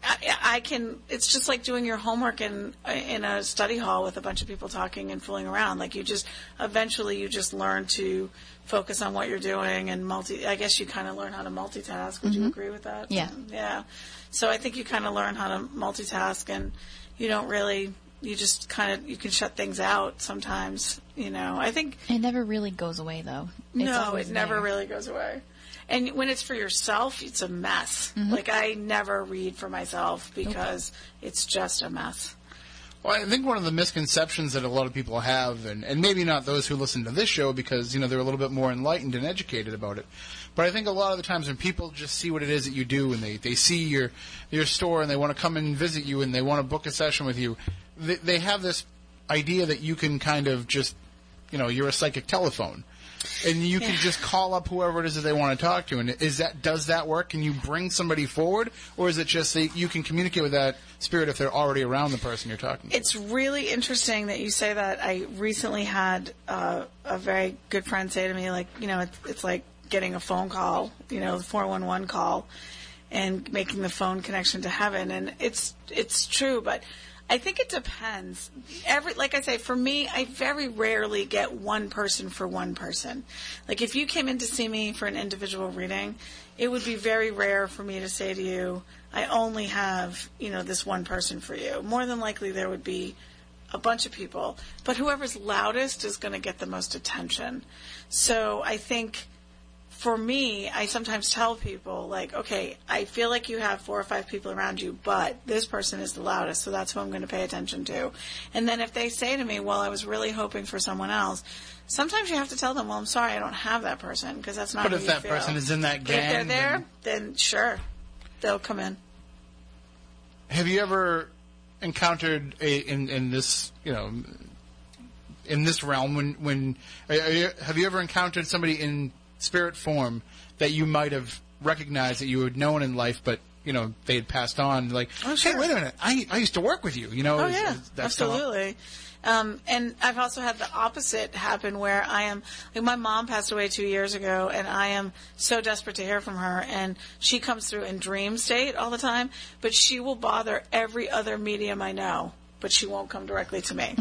C: I, I can. It's just like doing your homework in in a study hall with a bunch of people talking and fooling around. Like you just eventually you just learn to focus on what you're doing and multi. I guess you kind of learn how to multitask. Would you agree with that?
B: Mm-hmm. Yeah.
C: Yeah. So I think you kind of learn how to multitask and you don't really. You just kind of you can shut things out sometimes. You know. I think
B: It never really goes away, though. It's
C: no,
B: always
C: it never
B: there.
C: really goes away. And when it's for yourself, it's a mess.
B: Mm-hmm.
C: Like I never read for myself because it's just a mess.
A: Well, I think one of the misconceptions that a lot of people have, and, and maybe not those who listen to this show because, you know, they're a little bit more enlightened and educated about it. But I think a lot of the times when people just see what it is that you do and they, they see your, your store and they want to come and visit you and they want to book a session with you, they, they have this idea that you can kind of just, you know, you're a psychic telephone. And you can just call up whoever it is that they want to talk to. And is that does that work? Can you bring somebody forward, or is it just that you can communicate with that spirit if they're already around the person you're talking? to?
C: It's really interesting that you say that. I recently had uh, a very good friend say to me, like, you know, it's, it's like getting a phone call, you know, the 411 call and making the phone connection to heaven. And it's, it's true, but I think it depends. Every, like I say, for me, I very rarely get one person for one person. Like if you came in to see me for an individual reading, it would be very rare for me to say to you, I only have, you know, this one person for you. More than likely there would be a bunch of people, but whoever's loudest is going to get the most attention. So I think for me, I sometimes tell people like, okay, I feel like you have four or five people around you, but this person is the loudest, so that's who I'm going to pay attention to. And then if they say to me, well, I was really hoping for someone else, sometimes you have to tell them, well, I'm sorry, I don't have that person because that's not.
A: But
C: who
A: if
C: you
A: that
C: feel.
A: person is in that
C: But if they're
A: gang,
C: there,
A: then-
C: then sure, they'll come in.
A: Have you ever encountered a in in this you know in this realm when when are you, have you ever encountered somebody in spirit form that you might have recognized that you had known in life, but you know they had passed on? Like,
C: Oh,
A: hey,
C: sure.
A: wait a minute, I I used to work with you. You know,
C: Oh
A: is-
C: yeah,
A: is that still up?
C: absolutely. Um, and I've also had the opposite happen where I am like my mom passed away two years ago, and I am so desperate to hear from her, and she comes through in dream state all the time, but she will bother every other medium I know, but she won't come directly to me.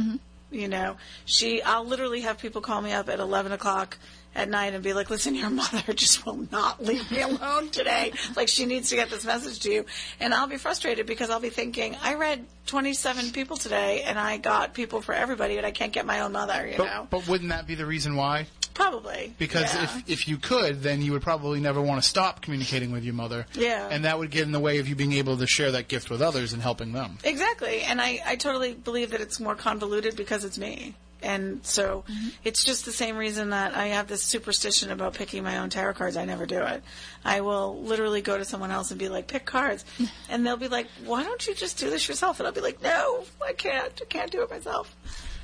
C: You know, she I'll literally have people call me up at eleven o'clock. At night and be like, listen, your mother just will not leave me alone today. Like she needs to get this message to you, and I'll be frustrated because I'll be thinking, I read 27 people today and I got people for everybody and I can't get my own mother, you know?
A: But, but wouldn't that be the reason why?
C: Probably.
A: Because
C: Yeah.
A: if, if you could, then you would probably never want to stop communicating with your mother.
C: Yeah.
A: And that would get in the way of you being able to share that gift with others and helping them.
C: Exactly. And I, I totally believe that it's more convoluted because it's me. And so it's just the same reason that I have this superstition about picking my own tarot cards. I never do it. I will literally go to someone else and be like, pick cards. And they'll be like, why don't you just do this yourself? And I'll be like, no, I can't. I can't do it myself.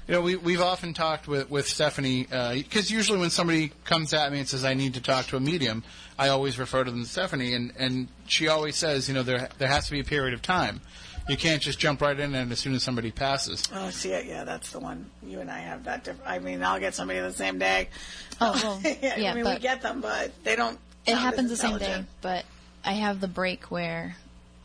A: You know, we, we've often talked with, with Stephanie, because usually when somebody comes at me and says, I need to talk to a medium, I always refer to them to Stephanie, and, and she always says, you know, there, there has to be a period of time. You can't just jump right in and as soon as somebody passes.
C: Oh, see, yeah, that's the one. You and I have that. Diff- I mean, I'll get somebody the same day.
B: Oh, well, yeah,
C: I mean, we
B: but-
C: get them, but they don't.
B: It
C: sound as
B: happens the same day,
C: intelligent.
B: but I have the break where,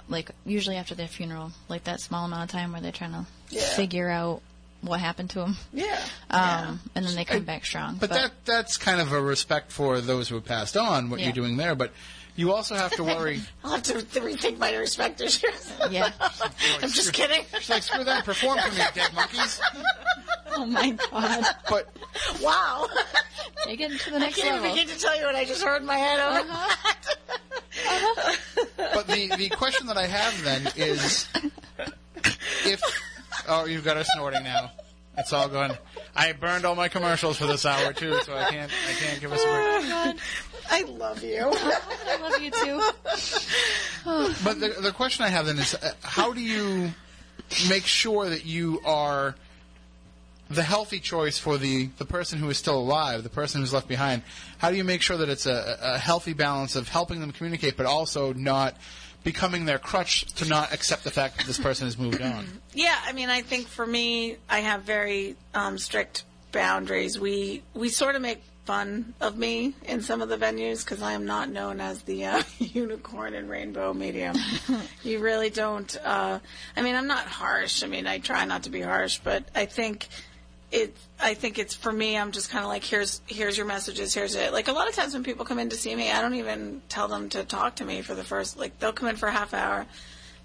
B: like, usually after their funeral, like that small amount of time where they're trying to
C: Yeah.
B: figure out what happened to them.
C: Yeah.
B: Um,
C: yeah.
B: and then they come back strong.
A: But, that that's kind of a respect for those who have passed on, what
B: Yeah.
A: you're doing there, but you also have to worry.
C: I'll have to rethink my respect issues.
B: yeah.
C: I'm just kidding.
A: She's like, screw that, perform for me, dead monkeys.
B: oh my god.
A: But
C: Wow.
B: Take it to the
C: I
B: next
C: can't even
B: level.
C: begin to tell you what I just heard in my head. Over.
A: but the, the question that I have then is if oh you've got us snorting now. It's all gone. I burned all my commercials for this hour too, so I can't I can't give us a break.
C: I love you.
B: I love you too.
A: But the, the question I have then is, uh, how do you make sure that you are the healthy choice for the, the person who is still alive, the person who's left behind? How do you make sure that it's a, a healthy balance of helping them communicate, but also not becoming their crutch to not accept the fact that this person has moved on?
C: Yeah, I mean, I think for me, I have very um, strict boundaries. We we sort of make fun of me in some of the venues because I am not known as the uh, unicorn and rainbow medium. you really don't. Uh, I mean, I'm not harsh. I mean, I try not to be harsh, but I think it I think it's for me I'm just kind of like here's here's your messages here's it like a lot of times when people come in to see me I don't even tell them to talk to me for the first like they'll come in for a half hour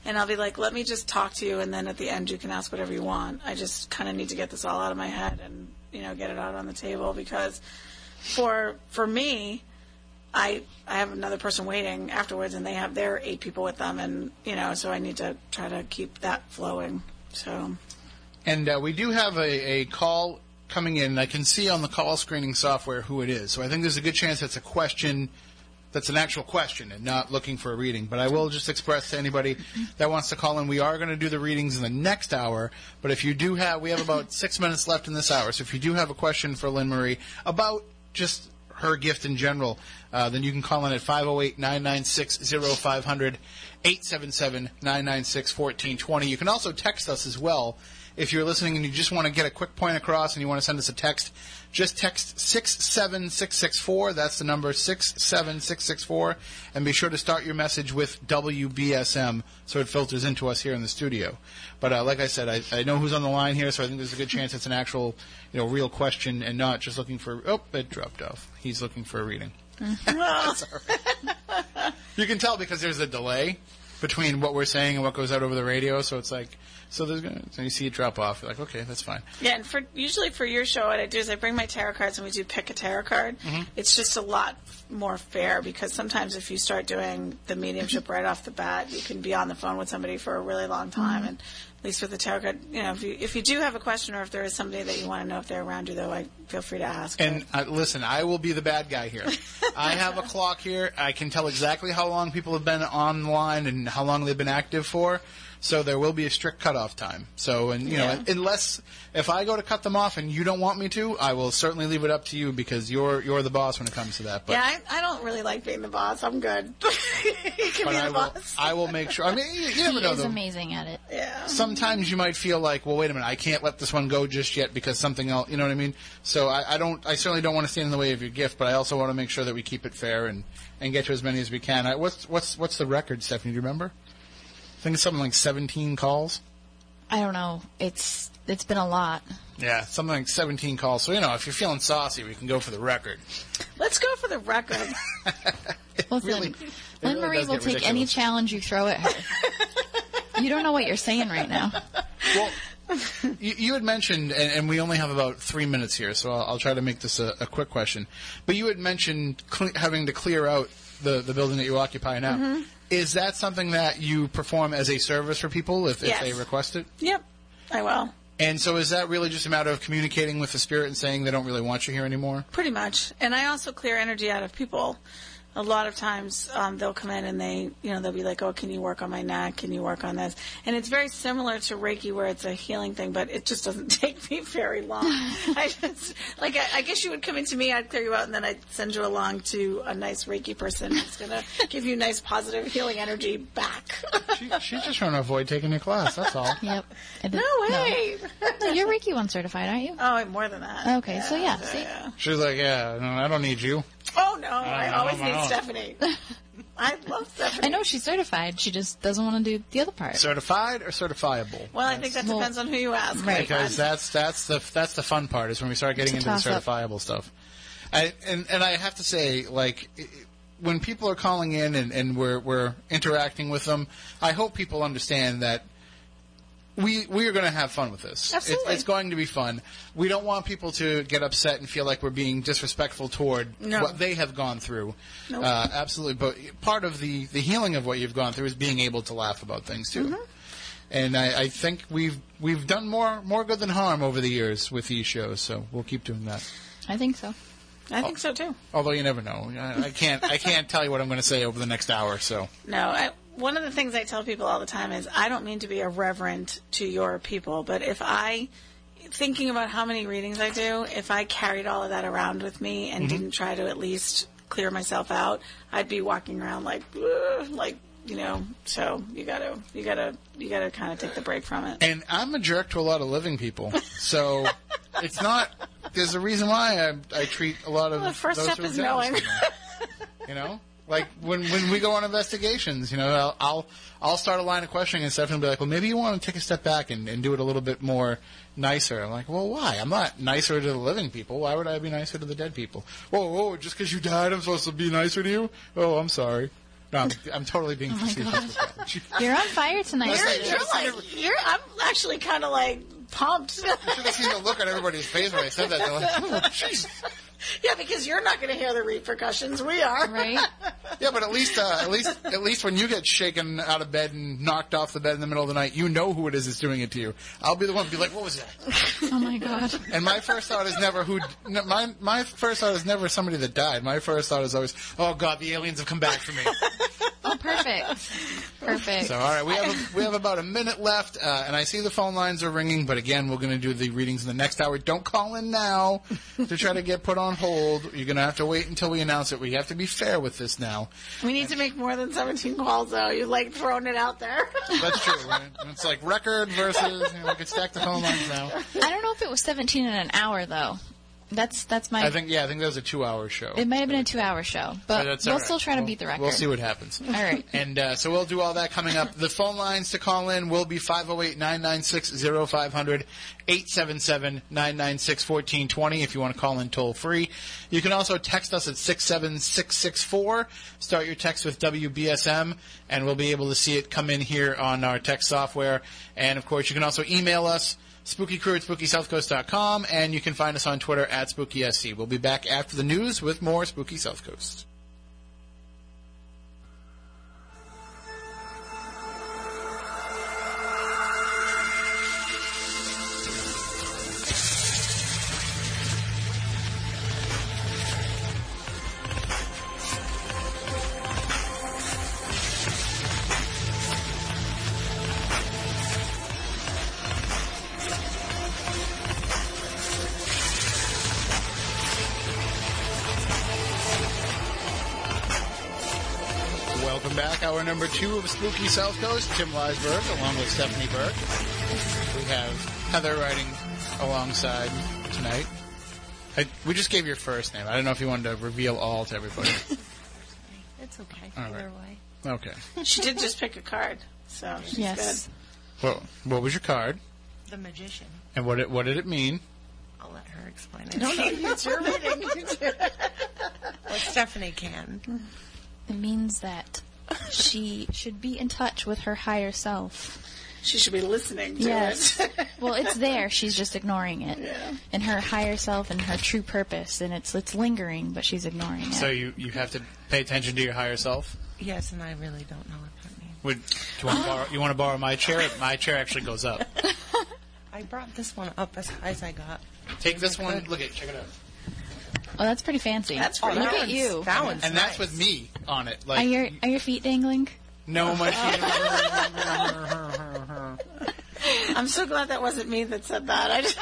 C: and I'll be like let me just talk to you and then at the end you can ask whatever you want I just kind of need to get this all out of my head and you know get it out on the table because for for me I I have another person waiting afterwards and they have their eight people with them and you know so I need to try to keep that flowing so
A: And uh, we do have a, a call coming in. I can see on the call screening software who it is. So I think there's a good chance that's a question that's an actual question and not looking for a reading. But I will just express to anybody that wants to call in, we are going to do the readings in the next hour. But if you do have, we have about six minutes left in this hour. So if you do have a question for Lynn Marie about just her gift in general, uh, then you can call in at 508-996-0500, 877-996-1420. You can also text us as well. If you're listening and you just want to get a quick point across and you want to send us a text, just text 67664. That's the number 67664. And be sure to start your message with WBSM so it filters into us here in the studio. But uh, like I said, I, I know who's on the line here, so I think there's a good chance it's an actual, you know, real question and not just looking for, oh, it dropped off. He's looking for a reading. You can tell because there's a delay between what we're saying and what goes out over the radio, so it's like, so there's going to, so you see it drop off. You're like, okay, that's fine.
C: Yeah, and for usually for your show, what I do is I bring my tarot cards and we do pick a tarot card.
A: Mm-hmm.
C: It's just a lot more fair because sometimes if you start doing the mediumship right off the bat, you can be on the phone with somebody for a really long
A: Mm-hmm.
C: time. And at least with the tarot card, you know, if you if you do have a question or if there is somebody that you want to know if they're around you, though, I feel free to ask.
A: And uh, listen, I will be the bad guy here. I have a clock here. I can tell exactly how long people have been online and how long they've been active for. So there will be a strict cutoff time. So, and you know,
C: Yeah.
A: unless if I go to cut them off and you don't want me to, I will certainly leave it up to you because you're you're the boss when it comes to that. But
C: Yeah, I, I don't really like being the boss. I'm good. you can
A: but
C: be the
A: I will
C: boss.
A: I will make sure. I mean, you, you
B: He
A: never know.
B: is
A: though.
B: amazing at it.
C: yeah.
A: sometimes you might feel like, well, wait a minute, I can't let this one go just yet because something else. You know what I mean? So I, I don't. I certainly don't want to stand in the way of your gift, but I also want to make sure that we keep it fair and and get to as many as we can. I, what's what's what's the record, Stephanie? Do you remember? I think it's something like 17 calls.
B: I don't know. It's it's been a lot.
A: Yeah, something like 17 calls. So you know, if you're feeling saucy, we can go for the record.
C: Let's go for the record.
B: Listen,
A: really- it
B: Lynn
A: really
B: Marie
A: does
B: will
A: get
B: take any
A: ridiculous.
B: challenge you throw at her. you don't know what you're saying right now.
A: Well, you, you had mentioned, and, and we only have about three minutes here, so I'll, I'll try to make this a, a quick question. But you had mentioned cle having to clear out the, the building that you occupy now. Is that something that you perform as a service for people if,
C: Yes.
A: if they request it?
C: yep, I will.
A: And so is that really just a matter of communicating with the spirit and saying they don't really want you here anymore?
C: Pretty much. And I also clear energy out of people. A lot of times um, they'll come in and they, you know, they'll be like, oh, can you work on my neck? Can you work on this? And it's very similar to Reiki where it's a healing thing, but it just doesn't take me very long. I just, like, I, I guess you would come into me, I'd clear you out, and then I'd send you along to a nice Reiki person who's going to give you nice positive healing energy back.
A: She, she's just trying to avoid taking your class, that's all.
B: Yep. And
C: no
B: it-
C: way.
B: No, you're Reiki one certified, aren't you?
C: Oh, more than that.
B: Okay, so yeah, see?
A: She's like, yeah, no, I don't need you.
C: Oh, no, I
A: I'm
C: always
A: on my
C: need
A: own.
C: Stephanie. I love Stephanie.
B: I know she's certified. She just doesn't want to do the other part.
A: Certified or certifiable?
C: Well, I think that
B: Well,
C: depends on who you ask.
B: right.
A: because that's that's the that's the fun part is when we start getting
B: It's
A: into
B: a
A: the
B: toss-up.
A: certifiable stuff. I, and and I have to say, like, i- i- when people are calling in and, and we're we're interacting with them, I hope people understand that we we are going to have fun with this. It's,
C: Absolutely.
A: it's going to be fun. We don't want people to get upset and feel like we're being disrespectful toward
C: No.
A: what they have gone through.
C: Nope.
A: Uh, absolutely. But part of the, the healing of what you've gone through is being able to laugh about things too. And I, I think we've we've done more more good than harm over the years with these shows, so we'll keep doing that.
B: I think so.
C: I think so too.
A: Although you never know, I, I can't I can't tell you what I'm going to say over the next hour. So
C: No, I, one of the things I tell people all the time is I don't mean to be irreverent to your people, but if I, thinking about how many readings I do, if I carried all of that around with me and didn't try to at least clear myself out, I'd be walking around like, "Ugh," like you know. So you gotta, you gotta, you gotta kind of take the break from it.
A: And I'm a jerk to a lot of living people. So it's not. There's a reason why I, I treat a lot of
C: the first
A: those
C: step
A: who are
C: is
A: jealous of
C: knowing.
A: me. You know, like when when we go on investigations, you know, I'll I'll, I'll start a line of questioning and stuff, and be like, well, maybe you want to take a step back and, and do it a little bit more nicer. I'm like, well, why? I'm not nicer to the living people. Why would I be nicer to the dead people? Whoa, whoa! Just because you died, I'm supposed to be nicer to you? Oh, I'm sorry. No, I'm, I'm totally
C: Oh
A: being facetious. with that. You
B: You're on fire tonight.
A: That's like-
B: Sue.
C: You're like, you're. I'm actually kind of like pumped.
A: should have seen the look on everybody's face when I said that. They're like, oh, jeez.
C: yeah, because you're not going to hear the repercussions. We are.
B: right?
A: Yeah, but at least uh, at least at least when you get shaken out of bed and knocked off the bed in the middle of the night, you know who it is that's doing it to you. I'll be the one to be like, "What was that?"
B: Oh my god.
A: And my first thought is never who. n- My my first thought is never somebody that died. My first thought is always, "Oh God, the aliens have come back for me."
B: Oh, perfect. Perfect.
A: So all right, we have we have about a minute left, uh, and I see the phone lines are ringing. But again, we're going to do the readings in the next hour. Don't call in now to try to get put on hold. You're going to have to wait until we announce it. We have to be fair with this now.
C: We need to make more than 17 calls, though. You like throwing it out there.
A: That's true. Right? It's like record versus you know, we could stack the phone lines now.
B: I don't know if it was 17 in an hour though. That's that's my.
A: I think yeah, I think that was a two-hour show.
B: it might have been a two-hour show,
A: But
B: but
A: that's
B: we'll
A: all right.
B: still try to
A: We'll-
B: beat the record.
A: We'll see what happens.
B: All right.
A: And uh, so we'll do all that coming up. The phone lines to call in will be 508-996-0500, 877-996-1420 if you want to call in toll free. You can also text us at 67664. Start your text with WBSM and we'll be able to see it come in here on our text software. And of course you can also email us spookycrew at spookysouthcoast.com and you can find us on Twitter at spookysc. We'll be back after the news with more Spooky South Coast. Welcome back. Hour number two of Spooky South Coast. Tim Weisberg along with Stephanie Burke. We have Heather riding alongside tonight. I, we just gave your first name. I don't know if you wanted to reveal all to everybody.
D: It's okay.
A: All right.
D: Either way.
A: Okay.
C: She did just pick a card, so she's
B: Yes.
A: Well, what was your card,
D: The magician.
A: and what it, what did it mean?
D: I'll let her explain it. No, no, it's your well, Stephanie can.
B: It means that she should be in touch with her higher self.
C: good. She should be listening to
B: Yes.
C: it.
B: well, it's there. She's just ignoring it. And her higher self and her true purpose, and it's it's lingering, but she's ignoring it.
A: So you, you have to pay attention to your higher self.
D: Yes, and I really don't know what that means.
A: Would do you want to borrow, you want to borrow my chair? My chair actually goes up.
D: I brought this one up as high as I got.
A: Take this one. Look at check it out.
B: oh, that's pretty fancy.
C: That's
B: Look
C: pretty
B: at
D: one's-
B: you.
D: That one's
A: And
D: nice.
A: that's with me on it.
B: Are
A: Like
B: your are your feet dangling?
A: no, my feet.
C: I'm so glad that wasn't me that said that. I just,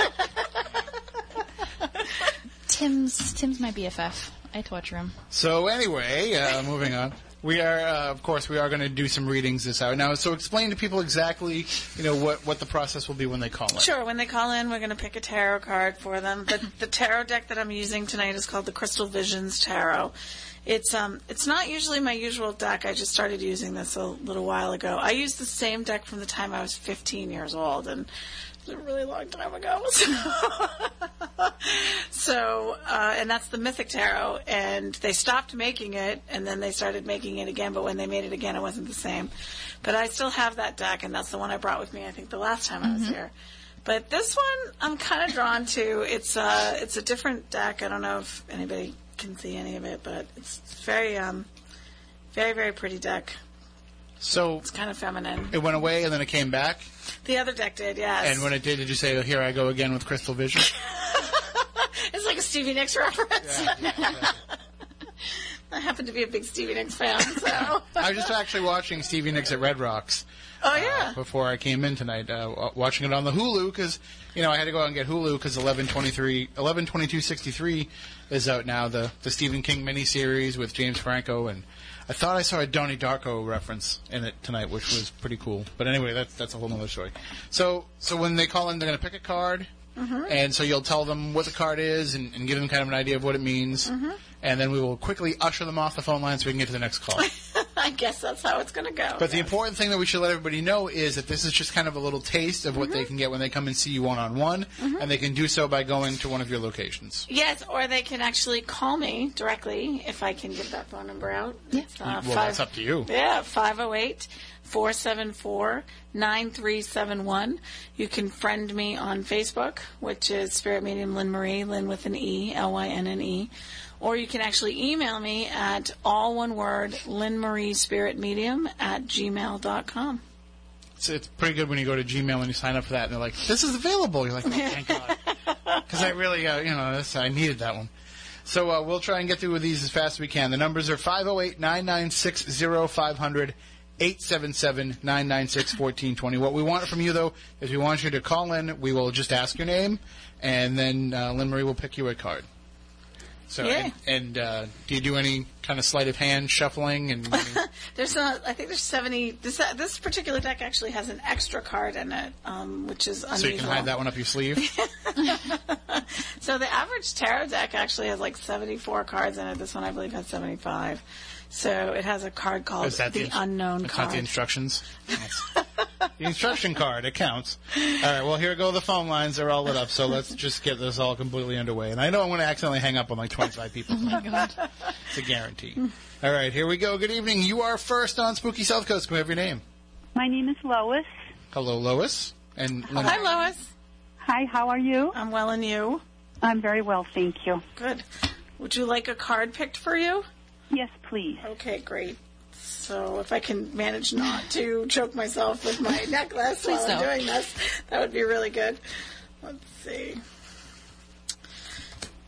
B: Tim's Tim's my BFF. I torture him.
A: so anyway, uh, moving on. We are, uh, of course, we are going to do some readings this hour now. So explain to people exactly, you know, what what the process will be when they call in.
C: sure, when they call in, we're going to pick a tarot card for them. The, the tarot deck that I'm using tonight is called the Crystal Visions Tarot. It's um, it's not usually my usual deck. I just started using this a little while ago. I used the same deck from the time I was 15 years old, and it was a really long time ago. So, uh, and that's the Mythic Tarot, and they stopped making it, and then they started making it again. But when they made it again, it wasn't the same. But I still have that deck, and that's the one I brought with me. I think the last time I was here. But this one, I'm kind of drawn to. It's a it's a different deck. I don't know if anybody can see any of it, but it's very um very very pretty deck.
A: So
C: It's kind of feminine.
A: it went away and then it came back.
C: The other deck did, yes.
A: And when it did, did you say, "Here I go again with crystal vision"?
C: It's like a Stevie Nicks reference. I happen to be a big Stevie Nicks fan, so.
A: I was just actually watching Stevie Nicks at Red Rocks.
C: Oh, yeah.
A: Uh, before I came in tonight, uh, w- watching it on the Hulu because you know I had to go out and get Hulu because 1123, 112263 is out now the the Stephen King miniseries with James Franco and I thought I saw a Donnie Darko reference in it tonight, which was pretty cool. But anyway, that's that's a whole nother story. So so when they call in, they're going to pick a card.
C: Mm-hmm.
A: And so you'll tell them what the card is and, and give them kind of an idea of what it means.
C: Mm-hmm.
A: And then we will quickly usher them off the phone line so we can get to the next call.
C: I guess that's how it's going to go.
A: But the important thing that we should let everybody know is that this is just kind of a little taste of what they can get when they come and see you one on one, and they can do so by going to one of your locations.
C: yes, or they can actually call me directly if I can give that phone number out. It's, uh,
A: Well, that's up to you.
C: Yeah, 508 474 9371. You can friend me on Facebook, which is Spirit Medium Lynn Marie, Lynn with an E, L Y N N E. Or you can actually email me at all one word, Lynn Marie Spirit Medium at gmail.com.
A: It's, it's pretty good when you go to Gmail and you sign up for that, and they're like, "This is available." You're like, oh, "Thank God," because I really, uh, you know, this, I needed that one. So uh, we'll try and get through these as fast as we can. The numbers are 508-996-0500, 877-996-1420. What we want from you, though, is we want you to call in. We will just ask your name, and then uh, Lynn Marie will pick you a card. So,
C: Yeah.
A: and, and uh, do you do any kind of sleight of hand shuffling? And
C: There's a, I think there's 70. This, this particular deck actually has an extra card in it, um, which is unusual.
A: so you can hide that one up your sleeve.
C: So the average tarot deck actually has like 74 cards in it. This one, I believe, has 75. So it has a card called
A: Is that
C: the,
A: ins-
C: unknown
A: that's
C: card.
A: not the instructions. the instruction card. It counts. All right. Well, here go the phone lines. They're all lit up. So let's just get this all completely underway. And I know I'm going to accidentally hang up on like 25 people.
C: Oh
A: tonight. It's a guarantee. All right. Here we go. Good evening. You are first on Spooky South Coast. Can we have your name?
E: My name is Lois.
A: Hello, Lois. And Lynn-
C: Hi, Lois.
E: Hi, how are you?
C: I'm well and you?
E: I'm very well, thank you.
C: Good. Would you like a card picked for you?
E: Yes, please.
C: Okay, great. So if I can manage not to choke myself with my necklace while I'm
B: don't.
C: doing this, that would be really good. Let's see.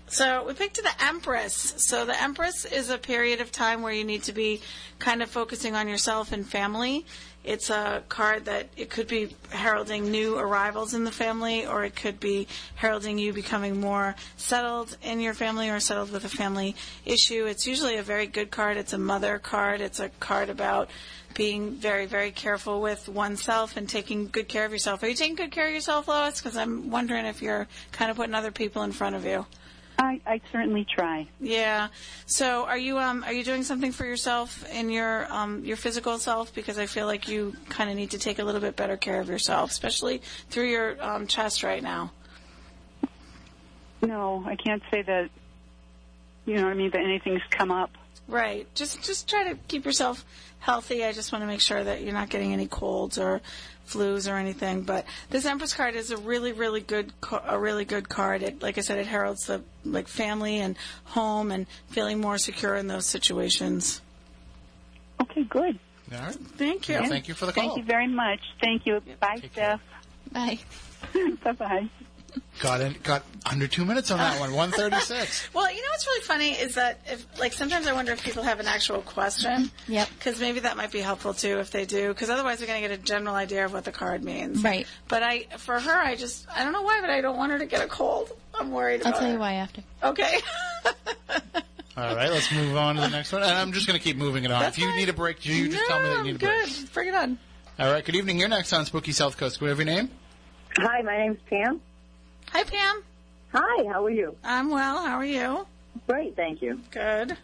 C: So we picked the Empress. So the Empress is a period of time where you need to be kind of focusing on yourself and family. It's a card that it could be heralding new arrivals in the family, or it could be heralding you becoming more settled in your family or settled with a family issue. It's usually a very good card. It's a mother card. It's a card about being very, very careful with oneself and taking good care of yourself. Are you taking good care of yourself, Lois? Because I'm wondering if you're kind of putting other people in front of you.
E: I, I certainly try.
C: Yeah. So, are you um are you doing something for yourself and your um your physical self? Because I feel like you kind of need to take a little bit better care of yourself, especially through your um, chest right now.
E: No, I can't say that. You know what I mean? That anything's come up.
C: Right. Just just try to keep yourself healthy. I just want to make sure that you're not getting any colds or flus or anything. But this Empress card is a really really good ca- a really good card. It like I said, it heralds the like family and home and feeling more secure in those situations.
E: Okay, good.
A: All right.
C: Thank you.
A: Well, thank you for the call.
E: Thank you very much. Thank you. Bye,
A: Take care.
E: Steph.
B: Bye.
E: bye bye.
A: Got in, got under two minutes on that one. One thirty-six.
C: Well, you know what's really funny is that if like sometimes I wonder if people have an actual question.
B: Yep.
C: Because maybe that might be helpful too if they do. Because otherwise we're going to get a general idea of what the card means.
B: Right.
C: But I, for her, I just I don't know why, but I don't want her to get a cold. I'm worried.
B: I'll
C: about
B: tell you
C: her.
B: why after.
C: Okay.
A: All right, let's move on to the next one. And I'm just going to keep moving it on.
C: That's
A: if you
C: fine.
A: need a break, you just
C: no,
A: tell me that you need a
C: I'm
A: break.
C: good. Bring it on.
A: All right. Good evening. You're next on Spooky South Coast. Do we have your name?
F: Hi, my name's Pam.
C: Hi, Pam.
F: Hi, how are you?
C: I'm well. How are you?
F: Great, thank you.
C: Good.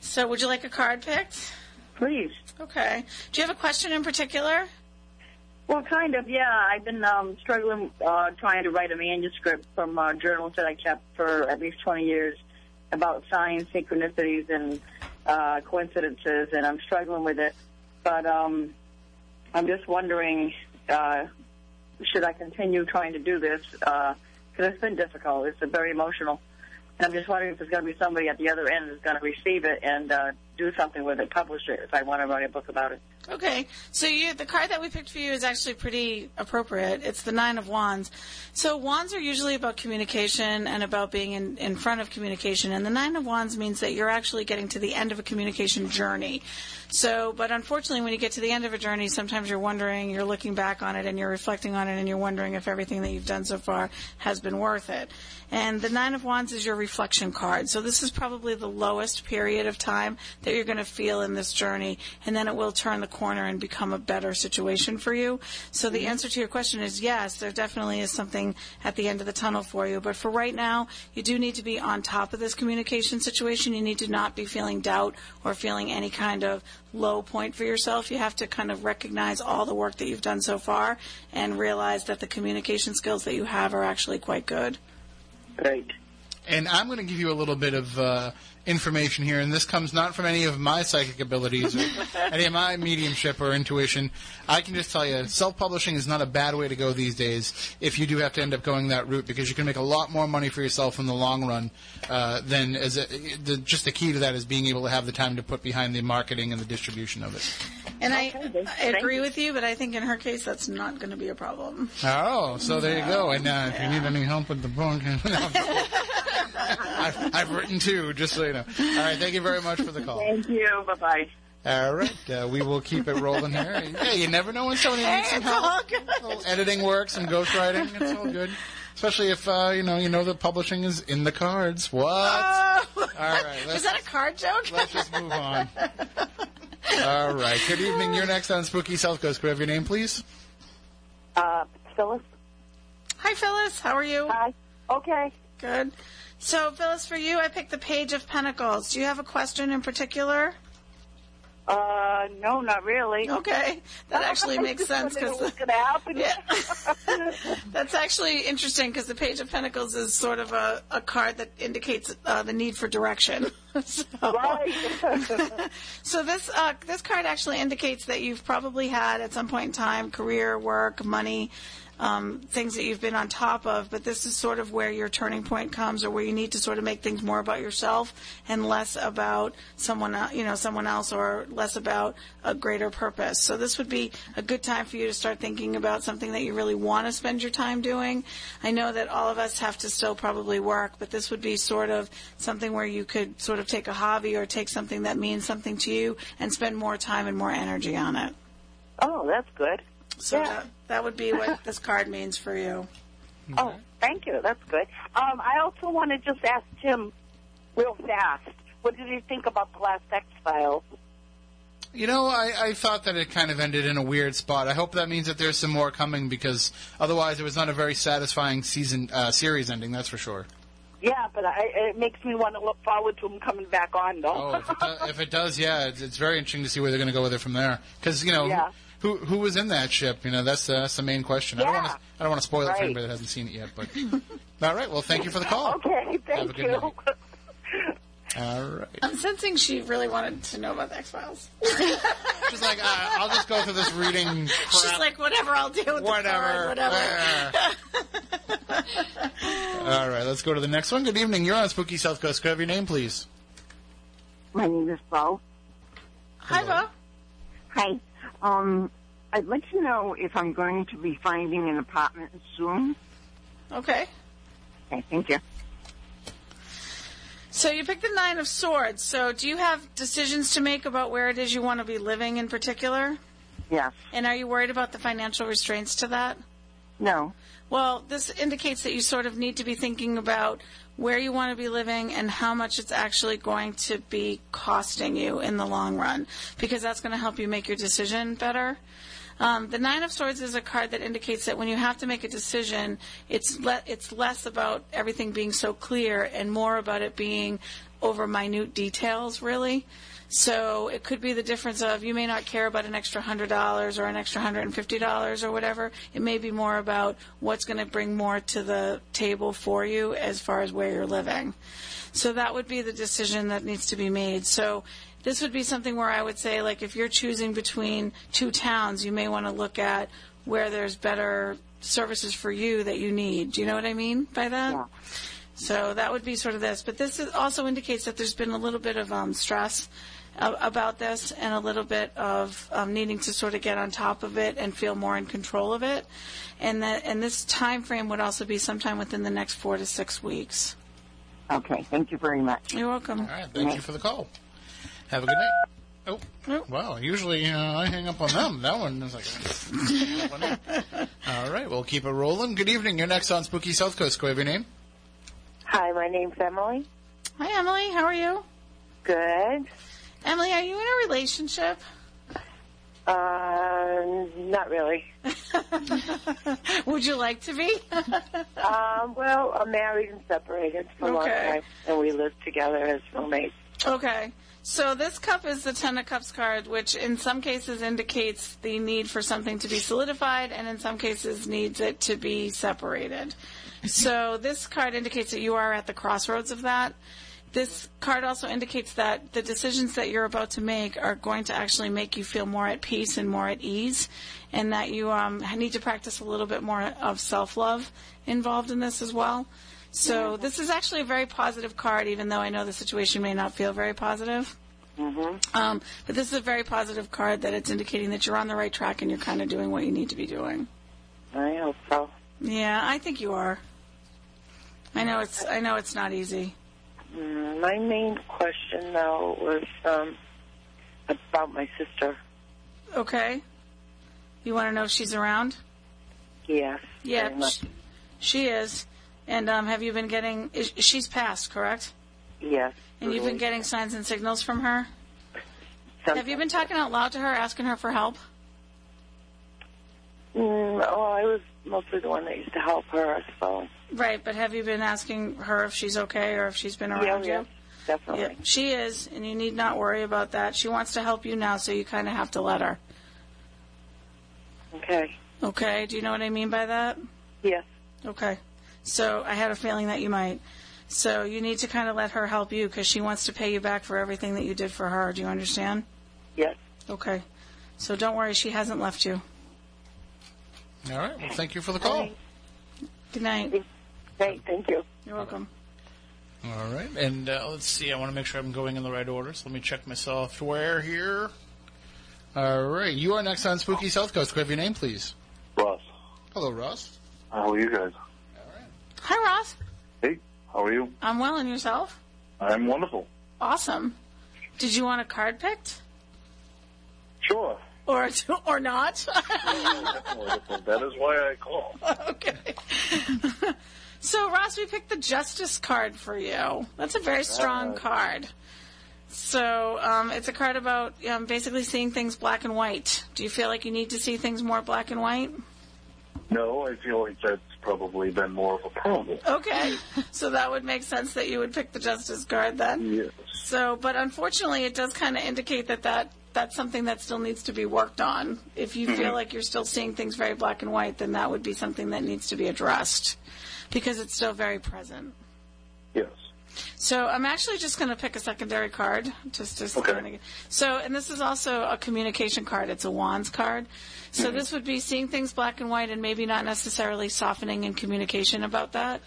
C: So, would you like a card picked?
F: Please.
C: Okay. Do you have a question in particular?
F: Well, kind of, yeah. I've been um, struggling uh, trying to write a manuscript from uh, journals that I kept for at least 20 years about signs, synchronicities, and uh, coincidences, and I'm struggling with it. But um, I'm just wondering, uh, should I continue trying to do this? Because it's been difficult. It's been very emotional. And I'm just wondering if there's going to be somebody at the other end who's going to receive it and uh, do something with it, publish it, if I want to write a book about it.
C: Okay, so you the card that we picked for you is actually pretty appropriate. It's the nine of wands. So wands are usually about communication and about being in, in front of communication, and the nine of wands means that you're actually getting to the end of a communication journey. So, but unfortunately, when you get to the end of a journey, sometimes you're wondering, you're looking back on it, and you're reflecting on it, and you're wondering if everything that you've done so far has been worth it. And the nine of wands is your reflection card. So this is probably the lowest period of time that you're going to feel in this journey, and then it will turn the corner and become a better situation for you. So the answer to your question is yes, there definitely is something at the end of the tunnel for you. But for right now, you do need to be on top of this communication situation. You need to not be feeling doubt or feeling any kind of low point for yourself. You have to kind of recognize all the work that you've done so far and realize that the communication skills that you have are actually quite good.
F: Great.
A: And I'm going to give you a little bit of uh, information here, and this comes not from any of my psychic abilities or any of my mediumship or intuition. I can just tell you, self publishing is not a bad way to go these days if you do have to end up going that route because you can make a lot more money for yourself in the long run uh, than as a, the, just the key to that is being able to have the time to put behind the marketing and the distribution of it.
C: And
F: Okay,
C: I,
F: then.
C: I
F: Thank
C: agree with you, but I think in her case, that's not going to be a problem.
A: Oh, so there you go. And uh, if you need any help with the book, I've, I've written two, just so you know. All right, thank you very much for the call.
F: Thank you. Bye bye.
A: All right, uh, we will keep it rolling here. Hey, you never know when somebody needs some
C: it's
A: help.
C: all good.
A: Little editing works and ghostwriting. It's all good, especially if uh, you know you know that publishing is in the cards. What?
C: Oh.
A: all right, let's,
C: Was that a card joke?
A: let's just move on. All right. Good evening. You're next on Spooky South Coast. Could we have your name, please?
G: Uh, Phyllis,
C: Hi, Phyllis. How are you?
G: hi. Okay.
C: Good. So, Phyllis, for you, I picked the Page of Pentacles. Do you have a question in particular?
G: Uh, no, not really.
C: Okay, that actually makes sense because
G: what's going to happen?
C: That's actually interesting because the Page of Pentacles is sort of a, a card that indicates uh, the need for direction. so,
G: Right.
C: so this uh, this card actually indicates that you've probably had at some point in time career, work, money. Um, things that you've been on top of, but this is sort of where your turning point comes, or where you need to sort of make things more about yourself and less about someone, el- you know, someone else, or less about a greater purpose. So this would be a good time for you to start thinking about something that you really want to spend your time doing. I know that all of us have to still probably work, but this would be sort of something where you could sort of take a hobby or take something that means something to you and spend more time and more energy on it.
G: Oh, that's good.
C: So
G: Yeah.
C: that, that would be what this card means for you.
G: Oh, thank you. That's good. Um, I also want to just ask Tim real fast. What did you think about the last X Files?
A: You know, I, I thought that it kind of ended in a weird spot. I hope that means that there's some more coming because otherwise it was not a very satisfying season uh, series ending. That's for sure.
G: Yeah, but I, it makes me want to look forward to him coming back on,
A: Oh,
G: though.
A: if it, do, if it does, yeah, it's, it's very interesting to see where they're going to go with it from there. Because you know,
G: Yeah.
A: who who was in that ship? You know, that's the, that's the main question. I don't
G: Yeah.
A: want to I don't want to spoil it for
G: Right.
A: anybody that hasn't seen it yet. But all right, well, thank you for the call.
G: okay,
A: Have a
G: thank
A: good
G: you.
A: All right,
C: I'm sensing she really wanted to know about the X Files.
A: she's like, uh, I'll just go through this reading. Crap.
C: She's like, whatever, I'll deal with the
A: whatever.
C: card, whatever.
A: Ah. All right, let's go to the next one. Good evening. You're on Spooky South Coast. Could I have your name, please?
H: My name is Bo.
C: Hi, Bo.
H: Hi. Um, I'd like to know if I'm going to be finding an apartment soon.
C: Okay.
H: Okay, thank you.
C: So you picked the Nine of Swords. So do you have decisions to make about where it is you want to be living in particular?
H: Yes.
C: And are you worried about the financial restraints to that?
H: No.
C: Well, this indicates that you sort of need to be thinking about where you want to be living and how much it's actually going to be costing you in the long run, because that's going to help you make your decision better. Um, the Nine of Swords is a card that indicates that when you have to make a decision, it's le- it's less about everything being so clear and more about it being over minute details, really. So it could be the difference of you may not care about an extra hundred dollars or an extra hundred and fifty dollars or whatever. It may be more about what's going to bring more to the table for you as far as where you're living. So that would be the decision that needs to be made. So this would be something where I would say, like, if you're choosing between two towns, you may want to look at where there's better services for you that you need. Do you know what I mean by that? So that would be sort of this. But this is, also indicates that there's been a little bit of um, stress a- about this and a little bit of um, needing to sort of get on top of it and feel more in control of it. And that and this time frame would also be sometime within the next four to six weeks.
H: Okay, thank you very much.
C: You're welcome.
A: All right, thank you for the call. Have a good night. Oh, wow. Usually uh, I hang up on them. That one is like. hang up on them. All right, we'll keep it rolling. Good evening. You're next on Spooky South Coast. Go have your name.
G: Hi, my name's Emily.
C: Hi, Emily. How are you?
G: Good.
C: Emily, are you in a relationship?
G: Uh, not really.
C: Would you like to be?
G: Um, well, I'm married and separated for a long
C: Okay.
G: time, and we live together as roommates.
C: Okay. So this cup is the Ten of Cups card, which in some cases indicates the need for something to be solidified, and in some cases needs it to be separated. So this card indicates that you are at the crossroads of that. This card also indicates that the decisions that you're about to make are going to actually make you feel more at peace and more at ease, and that you um, need to practice a little bit more of self love involved in this as well. So this is actually a very positive card, even though I know the situation may not feel very positive.
G: Mm-hmm.
C: Um, but this is a very positive card that it's indicating that you're on the right track and you're kind of doing what you need to be doing.
G: I hope so.
C: Yeah, I think you are. I know it's I know it's not easy.
G: Mm, My main question, though, was um, about my sister.
C: Okay. You want to know if she's around?
G: Yes.
C: Yeah,
G: very much.
C: sh- she is. And um, have you been getting? Is, she's passed, correct?
G: Yes.
C: And you've been
G: really.
C: getting signs and signals from her. Have you been
G: Sometimes-
C: talking out loud to her, asking her for help?
G: Mm, oh, I was mostly the one that used to help her, so.
C: Right, but have you been asking her if she's okay or if she's been
G: Yeah,
C: around
G: yeah,
C: you?
G: definitely.
C: Yeah, she is, and you need not worry about that. She wants to help you now, so you kind of have to let her.
G: Okay.
C: Okay, do you know what I mean by that?
G: Yes.
C: Okay. So I had a feeling that you might. So you need to kind of let her help you because she wants to pay you back for everything that you did for her. Do you understand?
G: Yes.
C: Okay. So don't worry, she hasn't left you.
A: All right, well, thank you for the call.
C: Good night.
G: Great. Thank you.
C: You're welcome.
A: All right, and uh, let's see. I want to make sure I'm going in the right order, so let me check my software here. All right, you are next on Spooky South Coast. Could I have your name, please?
I: Ross,
A: Hello, Ross.
I: how are you guys?
C: Hi, Ross.
I: Hey, how are you?
C: I'm well, and yourself?
I: I'm wonderful.
C: Awesome. Did you want a card picked?
I: Sure.
C: or or not.
I: Well, that is why I call.
C: okay. so Ross, we picked the Justice card for you. That's a very strong
I: Alright.
C: card. So um, it's a card about um, basically seeing things black and white. Do you feel like you need to see things more black and white?
I: No, I feel like that's probably been more of a problem.
C: Okay, so that would make sense that you would pick the Justice card then.
I: Yes.
C: So, but unfortunately, it does kind of indicate that that that's something that still needs to be worked on. If you feel like you're still seeing things very black and white, then that would be something that needs to be addressed because it's still very present.
I: Yes.
C: So I'm actually just going to pick a secondary card, just to.
I: Okay.
C: So, and this is also a communication card. It's a wands card. So this would be seeing things black and white, and maybe not necessarily softening in communication about that.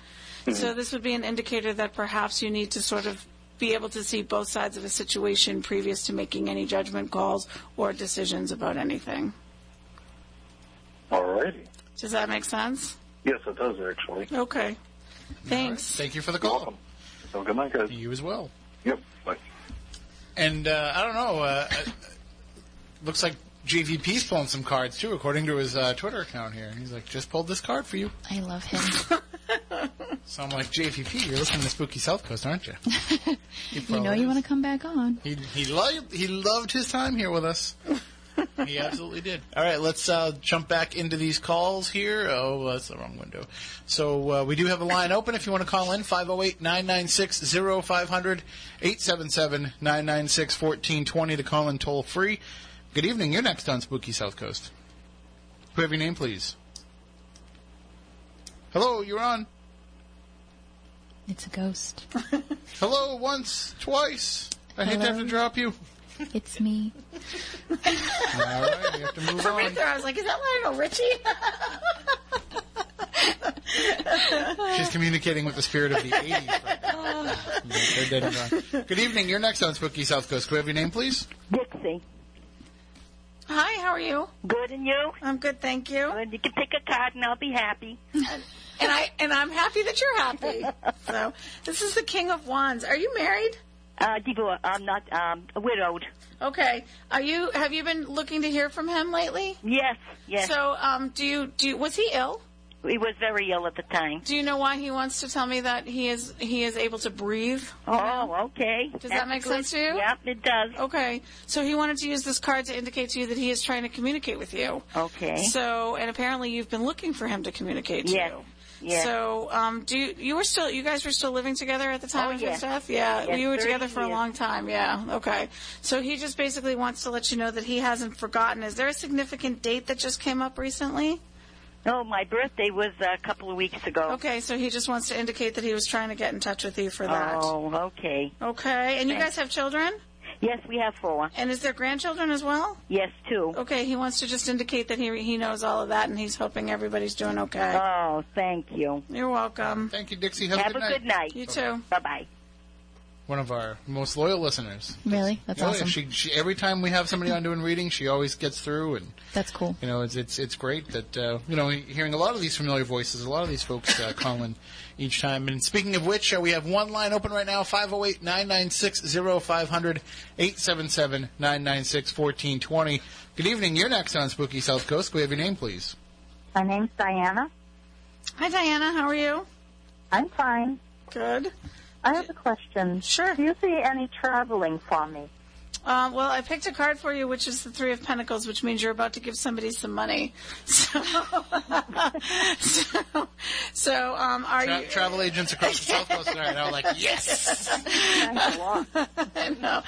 C: So this would be an indicator that perhaps you need to sort of be able to see both sides of a situation previous to making any judgment calls or decisions about anything.
I: Alrighty.
C: Does that make sense?
I: Yes, it does actually.
C: Okay. Thanks.
A: Thank you for the call.
I: So good night, guys.
A: You as well.
I: Yep. Bye.
A: And uh, I don't know. Uh, uh, looks like JVP's pulling some cards too, according to his uh, Twitter account here. He's like, just pulled this card for you.
B: I love him.
A: So I'm like, JVP, you're listening to Spooky South Coast, aren't you?
B: You know you want to come back on.
A: He he loved he loved his time here with us. he absolutely did. All right, let's uh, jump back into these calls here. Oh, that's the wrong window. So uh, we do have a line open if you want to call in 508-996-0500 877-996-1420 to call in toll free. Good evening. You're next on Spooky South Coast. Who have your name, please? Hello, you're on.
B: It's a ghost.
A: Hello, once, twice. I hate to have to
B: Hello.
A: drop you.
B: It's me.
A: All right, we have to move
C: For a
A: on.
C: minute there, I was like, is that Lionel Richie?
A: She's communicating with the spirit of the 80s. right now. They're dead and gone. Good evening. You're next on Spooky South Coast. Could we have your name, please?
J: Dixie.
C: Hi, how are you?
J: Good and you?
C: I'm good, thank you.
J: Good. You can pick a card and I'll be happy.
C: and I and I'm happy that you're happy. So this is the King of Wands. Are you married?
J: Uh, divorce. I'm not um, widowed.
C: Okay. Are you? Have you been looking to hear from him lately?
J: Yes, yes.
C: So um, do you do? You, was he ill?
J: He was very ill at the time.
C: Do you know why he wants to tell me that he is he is able to breathe?
J: Oh, okay.
C: Does
J: That's
C: that make
J: good.
C: sense to you? Oh.
J: Yep, it does.
C: Okay. So he wanted to use this card to indicate to you that he is trying to communicate with you.
J: Okay.
C: So and apparently you've been looking for him to communicate to
J: Yes,
C: you.
J: yes.
C: So um, do you, you were still you guys were still living together at the time
J: Oh,
C: of his
J: yes.
C: death? Yeah.
J: Yes,
C: you were
J: 30
C: together for a
J: years.
C: long time. Yeah. Okay. So he just basically wants to let you know that he hasn't forgotten. Is there a significant date that just came up recently?
J: No, my birthday was a couple of weeks ago.
C: Okay. So he just wants to indicate that he was trying to get in touch with you for that.
J: Oh, okay.
C: Okay. And you guys have children?
J: Yes, we have four.
C: And is there grandchildren as well?
J: Yes, two.
C: Okay, he wants to just indicate that he he knows all of that, and he's hoping everybody's doing okay.
F: Uh,
J: Oh, thank you.
C: You're welcome.
A: Thank you, Dixie. Have,
J: Have
A: a good night.
J: night.
C: You too.
J: Bye bye.
A: One of our most loyal listeners.
B: Really? That's
A: Oh, yeah,
B: awesome.
A: she, she, every time we have somebody on doing reading, she always gets through, and
B: That's cool.
A: you know it's it's, it's great that uh, you know hearing a lot of these familiar voices, a lot of these folks uh, calling each time. And speaking of which, uh, we have one line open right now: 508-996-0500, 877-996-1420. Good evening. You're next on Spooky South Coast. Could we have your name, please?
F: My name's Diana.
C: Hi, Diana. How are you?
F: I'm fine.
C: Good.
F: I have a question.
C: Sure.
F: Do you see any traveling for me?
C: Uh, well, I picked a card for you, which is the Three of Pentacles, which means you're about to give somebody some money. So, so, so um, are
A: Tra-
C: you?
A: travel agents across the South Coast are now like, yes.
C: I know.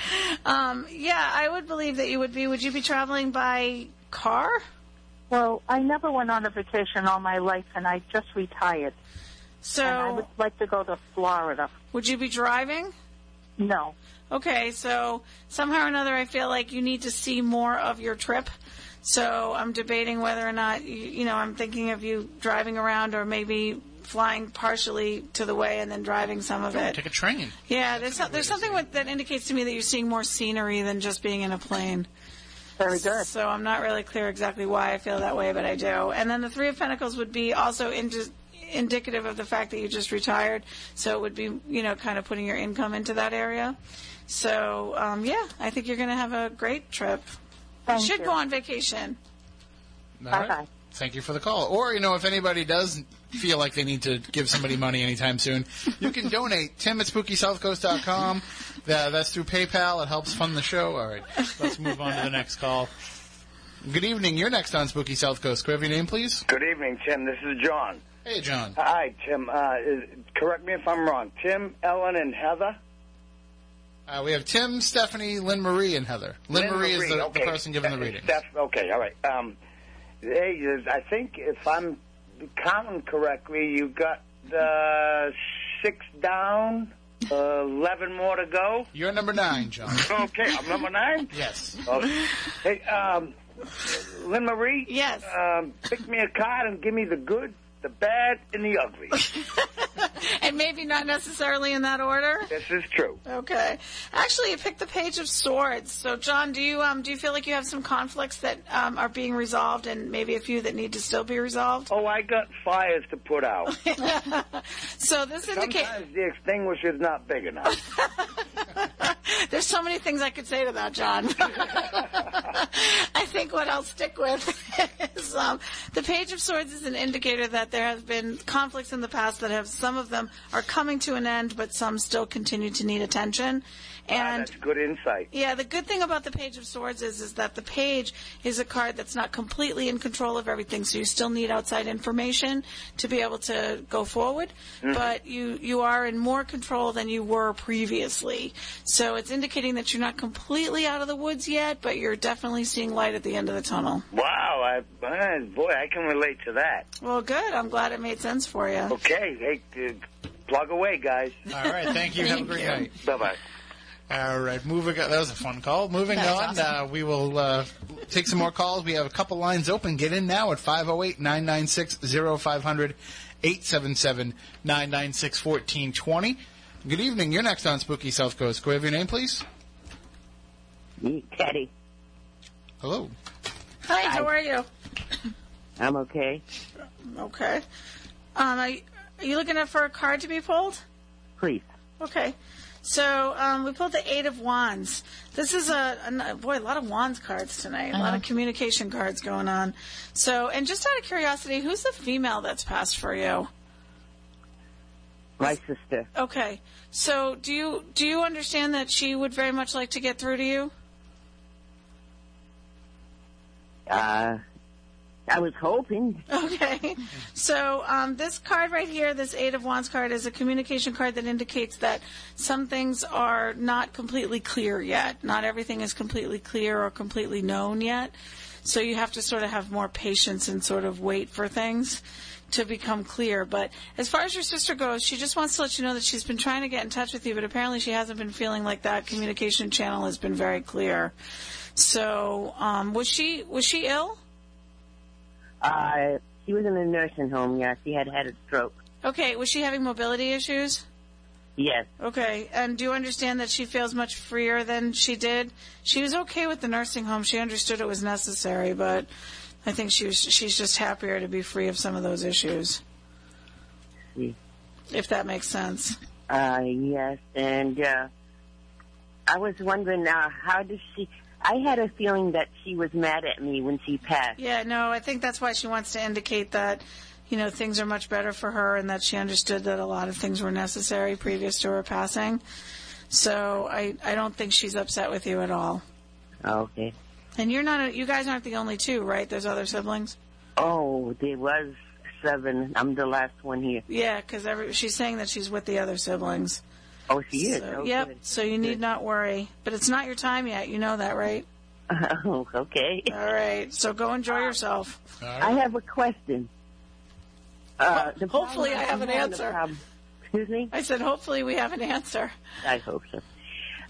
C: Um, yeah, I would believe that you would be. Would you be traveling by car?
F: Well, I never went on a vacation all my life, and I just retired.
C: So,
F: And I would like to go to Florida.
C: would you be driving?
F: No.
C: Okay, so somehow or another, I feel like you need to see more of your trip. So I'm debating whether or not, you, you know, I'm thinking of you driving around or maybe flying partially to the way and then driving some of
A: Take
C: it.
A: a train.
C: Yeah, there's, some, there's something with, that indicates to me that you're seeing more scenery than just being in a plane.
F: Very good.
C: So I'm not really clear exactly why I feel that way, but I do. And then the Three of Pentacles would be also indi- indicative of the fact that you just retired, so it would be, you know, kind of putting your income into that area. So um, yeah, I think you're going to have a great trip. You should go on vacation.
A: All right. Thank you for the call. Or, you know, if anybody does feel like they need to give somebody money anytime soon, you can donate. Tim at SpookySouthCoast.com. That, that's through PayPal. It helps fund the show. All right. Let's move on to the next call. Good evening. You're next on Spooky South Coast. Could I have your name, please?
K: Good evening, Tim. This is John.
A: Hey, John.
K: Hi, Tim. Uh, is- correct me if I'm wrong. Tim, Ellen, and Heather.
A: Uh, we have Tim, Stephanie, Lynn Marie, and Heather. Lynn, Marie is the,
K: okay.
A: the person giving the
K: Uh,
A: reading.
K: Steph, okay, all right. Um, hey, is- I think if I'm counting correctly, you got uh, six down, uh, eleven more to go.
A: You're number nine, John.
K: okay, I'm number nine.
A: Yes.
K: Okay. Hey, um, Lynn Marie. Yes. Um, pick me a card and give me the good, the bad, and the ugly.
C: And maybe not necessarily in that order.
K: this is true.
C: Okay. Actually, you picked the page of swords. So, John, do you um, do you feel like you have some conflicts that um, are being resolved, and maybe a few that need to still be resolved?
K: Oh, I got fires to put out.
C: So this indicates
K: Sometimes the extinguisher's not big enough.
C: there's so many things I could say to that, John. I think what I'll stick with is um, the page of swords is an indicator that there have been conflicts in the past that have some of them are coming to an end, but some still continue to need attention.
K: Ah,
C: And
K: that's good insight.
C: Yeah, the good thing about the Page of Swords is is that the page is a card that's not completely in control of everything, so you still need outside information to be able to go forward.
L: Mhm.
C: But you you are in more control than you were previously, so it's indicating that you're not completely out of the woods yet, but you're definitely seeing light at the end of the tunnel.
K: Wow, I, ah, boy, I can relate to that.
C: Well, good. I'm glad it made sense for you.
K: Okay, hey, uh, plug away, guys.
A: All right, thank you. Have a great night.
K: Bye bye.
A: All right, moving. On, that was a fun call. Moving
C: That
A: on,
C: was awesome.
A: uh, we will uh, take some more calls. We have a couple lines open. Get in now at 508-996-0500, 877-996-1420. Good evening. You're next on Spooky South Coast. Could we have your name, please?
M: Teddy.
A: Hello.
C: Hi, how are you?
M: I'm okay.
C: Okay. Um, are, you, are you looking up for a card to be pulled?
M: Please.
C: Okay. So um, we pulled the Eight of Wands. This is a, a boy, a lot of wands cards tonight. A lot
L: Uh-huh.
C: of communication cards going on. So, and just out of curiosity, who's the female that's passed for you?
M: My sister.
C: Okay. So, do you do you understand that she would very much like to get through to you?
M: Uh, I was hoping.
C: Okay. So um, this card right here, this Eight of Wands card, is a communication card that indicates that some things are not completely clear yet. Not everything is completely clear or completely known yet. So you have to sort of have more patience and sort of wait for things to become clear. But as far as your sister goes, she just wants to let you know that she's been trying to get in touch with you, but apparently she hasn't been feeling like that communication channel has been very clear. So um, was she was she ill?
M: Uh, she was in a nursing home. Yeah, she had had a stroke.
C: Okay, was she having mobility issues?
M: Yes.
C: Okay, and do you understand that she feels much freer than she did? She was okay with the nursing home. She understood it was necessary, but I think she was, she's just happier to be free of some of those issues,
M: She,
C: if that makes sense.
M: uh, yes. And uh, I was wondering uh, how does she? I had a feeling that she was mad at me when she passed.
C: Yeah, no, I think that's why she wants to indicate that, you know, things are much better for her and that she understood that a lot of things were necessary previous to her passing. So I, I don't think she's upset with you at all.
M: Okay.
C: And you're not, a, you guys aren't the only two, right? There's other siblings?
M: Oh, there was seven. I'm the last one here.
C: Yeah, because she's saying that she's with the other siblings.
M: Oh, she is.
C: So,
M: Oh,
C: yep. So you need not worry, but it's not your time yet. You know that, right?
M: Oh, okay.
C: All right. So go enjoy yourself.
M: I have a question. Uh, the
C: Hopefully,
M: problem-
C: I have an answer.
M: problem- Excuse me.
C: I said, hopefully, we have an answer.
M: I hope so. Uh,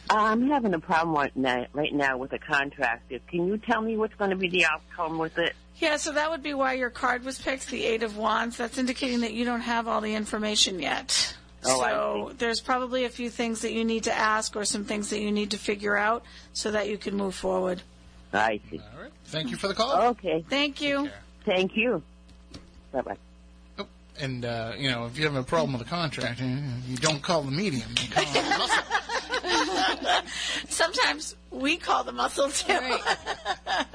M: I'm having a problem right now, right now with a contractor. Can you tell me what's going to be the outcome with it?
C: Yeah. So that would be why your card was picked, the Eight of Wands. That's indicating that you don't have all the information yet.
M: Oh, I
C: so there's probably a few things that you need to ask or some things that you need to figure out so that you can move forward.
M: I see.
A: Thank you for the call.
M: Okay.
C: Thank you.
M: Thank you. Bye bye.
A: And uh, you know, if you have a problem with a contract, you don't call the medium. You call-
C: sometimes we call the muscle too.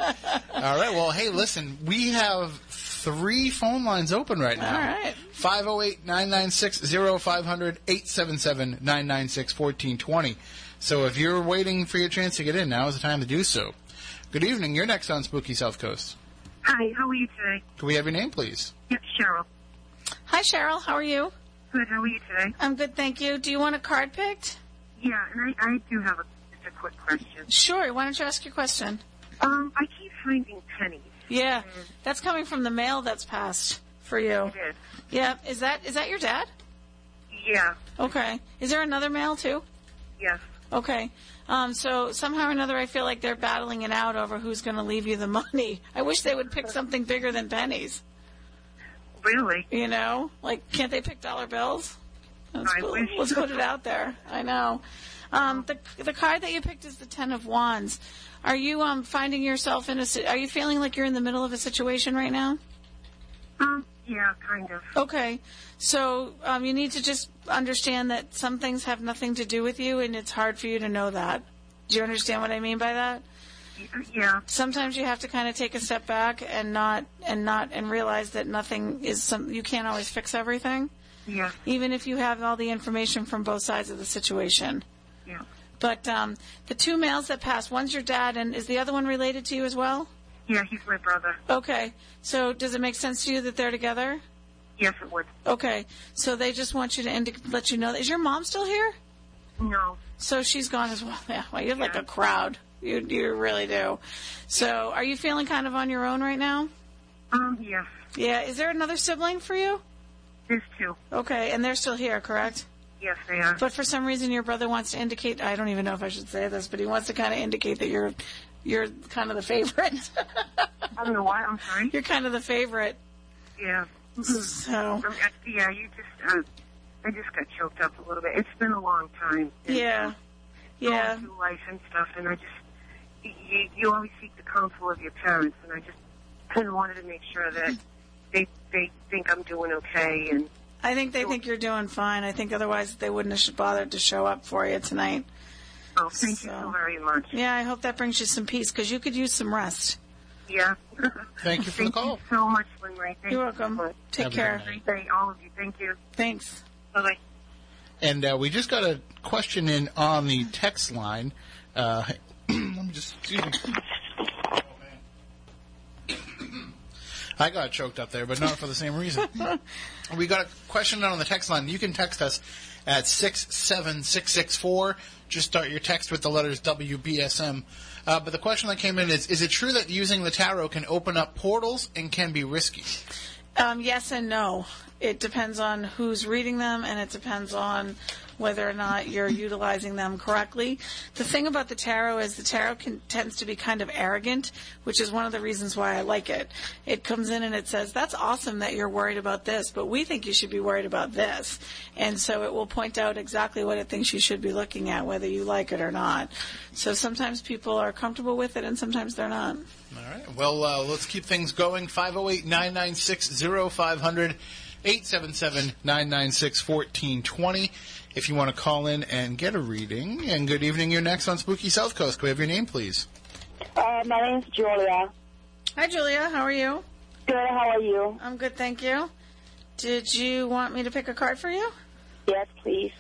A: All right. Well, hey, listen, we have three phone lines open right now.
C: All right.
A: 508 996 0500 877 996 1420. So if you're waiting for your chance to get in, now is the time to do so. Good evening. You're next on Spooky South Coast.
L: Hi, how are you today?
A: Can we have your name, please?
L: It's Cheryl.
C: Hi, Cheryl. How are you?
L: Good. How are you today?
C: I'm good, thank you. Do you want a card picked?
L: Yeah, and I, I do have a, just a quick question.
C: Sure. Why don't you ask your question?
L: Um, I keep finding pennies.
C: Yeah, that's coming from the mail that's passed for you.
L: It is.
C: Yeah. Is that is that your dad?
L: Yeah.
C: Okay. Is there another mail too?
L: Yes.
C: Okay. Um, so somehow or another, I feel like they're battling it out over who's going to leave you the money. I wish they would pick something bigger than pennies.
L: Really?
C: You know, like can't they pick dollar bills? Let's,
L: I
C: put,
L: wish.
C: let's put it out there. I know. Um, the the card that you picked is the Ten of Wands. Are you um, finding yourself in a? si- Are you feeling like you're in the middle of a situation right now?
L: Um, yeah, kind of.
C: Okay, so um, you need to just understand that some things have nothing to do with you, and it's hard for you to know that. Do you understand what I mean by that?
L: Yeah.
C: Sometimes you have to kind of take a step back and not and not and realize that nothing is some. You can't always fix everything,
L: Yeah.
C: even if you have all the information from both sides of the situation.
L: Yeah.
C: But um, the two males that passed, one's your dad, and is the other one related to you as well?
L: Yeah, he's my brother.
C: Okay, so does it make sense to you that they're together?
L: Yes, it would.
C: Okay, so they just want you to end, let you know. Is your mom still here?
L: No.
C: So she's gone as well. Yeah, well, you're like a crowd. You you really do. So are you feeling kind of on your own right now?
L: Um, yes.
C: Yeah. Is there another sibling for you?
L: There's two.
C: Okay, and they're still here, correct?
L: Yes, they are.
C: But for some reason, your brother wants to indicate. I don't even know if I should say this, but he wants to kind of indicate that you're you're kind of the favorite.
L: I don't know why. I'm sorry.
C: you're kind of the favorite.
L: Yeah.
C: So.
L: Um, I- yeah, you just, uh, I just got choked up a little bit. It's been a long time.
C: Yeah. Yeah.
L: Going through life and stuff, and I just, you, you always seek the counsel of your parents, and I just kind of wanted to make sure that they they think I'm doing okay, and
C: I think they think you're doing fine. I think otherwise they wouldn't have bothered to show up for you tonight.
L: oh, thank you so very much.
C: Yeah, I hope that brings you some peace because you could use some rest.
L: Yeah.
A: Thank you for the call.
L: Thank you so much, Lynn Ray. Thank
C: You're
L: you
C: welcome.
L: So much.
C: Take
A: Have a
C: care.
A: good
L: Thank all of you. Thank you.
C: Thanks.
L: Bye bye.
A: And uh, we just got a question in on the text line. Uh, let me just. Excuse me. Oh, man. I got choked up there, but not for the same reason. we got a question on the text line. You can text us at 67664. Just start your text with the letters WBSM. Uh, but the question that came in is Is it true that using the tarot can open up portals and can be risky?
C: Um, yes and no. It depends on who's reading them, and it depends on whether or not you're utilizing them correctly. The thing about the tarot is the tarot can, tends to be kind of arrogant, which is one of the reasons why I like it. It comes in and it says, "That's awesome that you're worried about this, but we think you should be worried about this," and so it will point out exactly what it thinks you should be looking at, whether you like it or not. So sometimes people are comfortable with it, and sometimes they're not.
A: All right. Well, uh, let's keep things going. 508 996 0500 877 996 1420 if you want to call in and get a reading. And good evening. You're next on Spooky South Coast. Can we have your name, please?
G: Uh, my name's Julia.
C: Hi, Julia. How are you?
G: Good. How are you?
C: I'm good, thank you. Did you want me to pick a card for you?
G: Yes, please.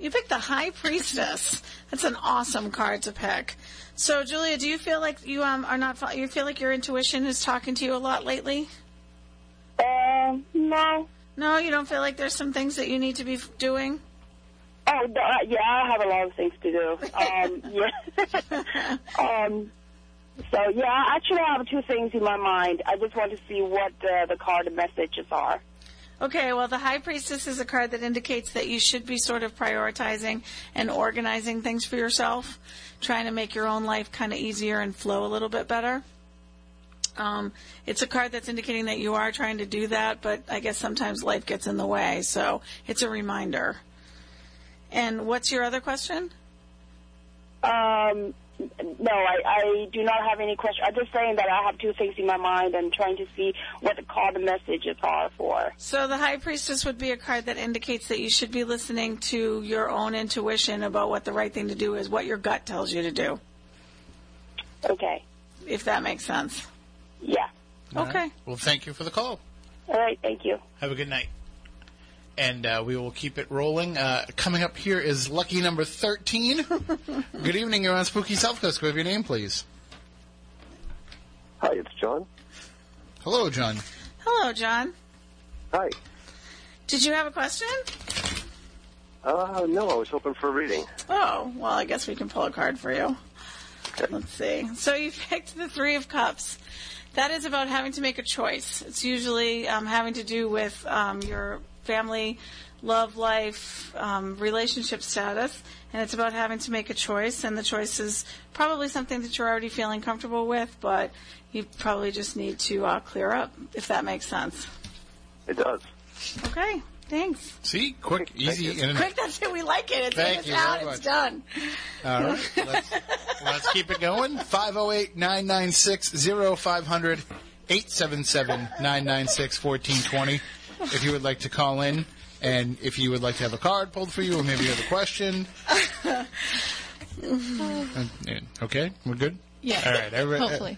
C: You picked the High Priestess. That's an awesome card to pick. So, Julia, do you feel like you um, are not? fo- You feel like your intuition is talking to you a lot lately?
G: Um, no.
C: No, you don't feel like there's some things that you need to be f- doing.
G: Oh, d- uh, yeah, I have a lot of things to do. Um, yeah. um, so, yeah, I actually have two things in my mind. I just want to see what uh, the card messages are.
C: Okay, well, the High Priestess is a card that indicates that you should be sort of prioritizing and organizing things for yourself, trying to make your own life kind of easier and flow a little bit better. Um, it's a card that's indicating that you are trying to do that, but I guess sometimes life gets in the way, so it's a reminder. And what's your other question?
G: Um, no, I, I do not have any question. I'm just saying that I have two things in my mind and trying to see what the card messages are for.
C: So the High Priestess would be a card that indicates that you should be listening to your own intuition about what the right thing to do is, what your gut tells you to do.
G: Okay.
C: If that makes sense.
G: Yeah.
A: All right.
C: Okay.
A: Well, thank you for the call.
G: All right. Thank you.
A: Have a good night. And uh, we will keep it rolling. Uh, coming up here is lucky number 13. good evening. You're on Spooky South Coast. Go have your name, please.
N: Hi, it's John.
A: Hello, John.
C: Hello, John.
N: Hi.
C: Did you have a question?
N: Uh, no, I was hoping for a reading.
C: Oh, well, I guess we can pull a card for you. Let's see. So you picked the Three of Cups. That is about having to make a choice. It's usually um, having to do with um, your family, love life, um, relationship status, and it's about having to make a choice. And the choice is probably something that you're already feeling comfortable with, but you probably just need to uh, clear up, if that makes sense.
N: It does.
C: Okay. Thanks.
A: See? Quick, easy, in and out.
C: Quick, that's it. We like it. It's,
A: Thank
C: it's
A: you
C: out.
A: very much.
C: It's done.
A: All right. Let's, let's keep it going. 508 996 0500 877 996 1420. If you would like to call in, and if you would like to have a card pulled for you, or maybe you have a question. Uh, yeah, Okay? We're good?
B: Yeah.
A: All right. uh, every-
B: Hopefully.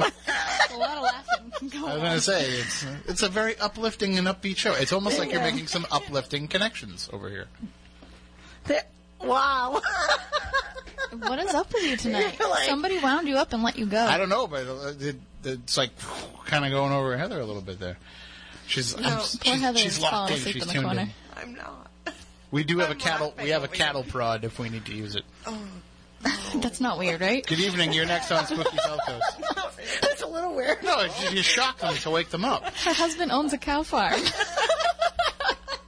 B: a lot of laughing. Go
A: I was
B: on.
A: going to say, it's, it's a very uplifting and upbeat show. It's almost like you're
C: Yeah.
A: making some uplifting connections over here.
C: There- Wow.
B: What is up with you tonight?
C: You're like-
B: Somebody wound you up and let you go.
A: I don't know, but it- it- it's like kind of going over Heather a little bit there. She's
B: No,
A: I'm-
B: poor
A: she's,
B: Heather
A: she's
B: is
A: locked
B: falling
A: in.
B: asleep
A: She's
B: in the
A: tuned
B: corner.
A: in.
D: I'm not.
A: We do have a cattle. We have a cattle prod if we need to use it.
B: That's not weird, right?
A: Good evening. You're next on Spooky South Coast.
C: That's a little weird.
A: No, it's- you shock them to wake them up.
B: Her husband owns a cow farm.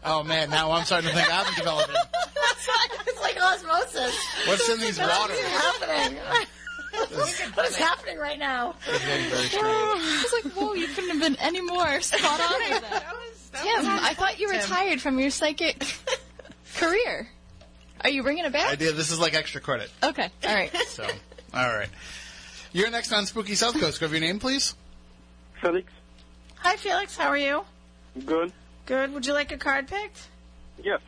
A: Oh man, now I'm starting to think I'm developing.
C: That's like, it's like osmosis.
A: What's in these
C: That's
A: waters?
C: what's happening. what is happening right now?
B: I was like, whoa, you couldn't have been any more spot on with that. Tim, I thought you retired from your psychic career. Are you bringing it back?
A: I did. This is like extra credit.
B: Okay, all right.
A: So, all right. You're next on Spooky South Coast. Go have your name, please.
O: Felix,
C: Hi, Felix. How are you?
O: good.
C: Good. Would you like a card picked?
O: Yes.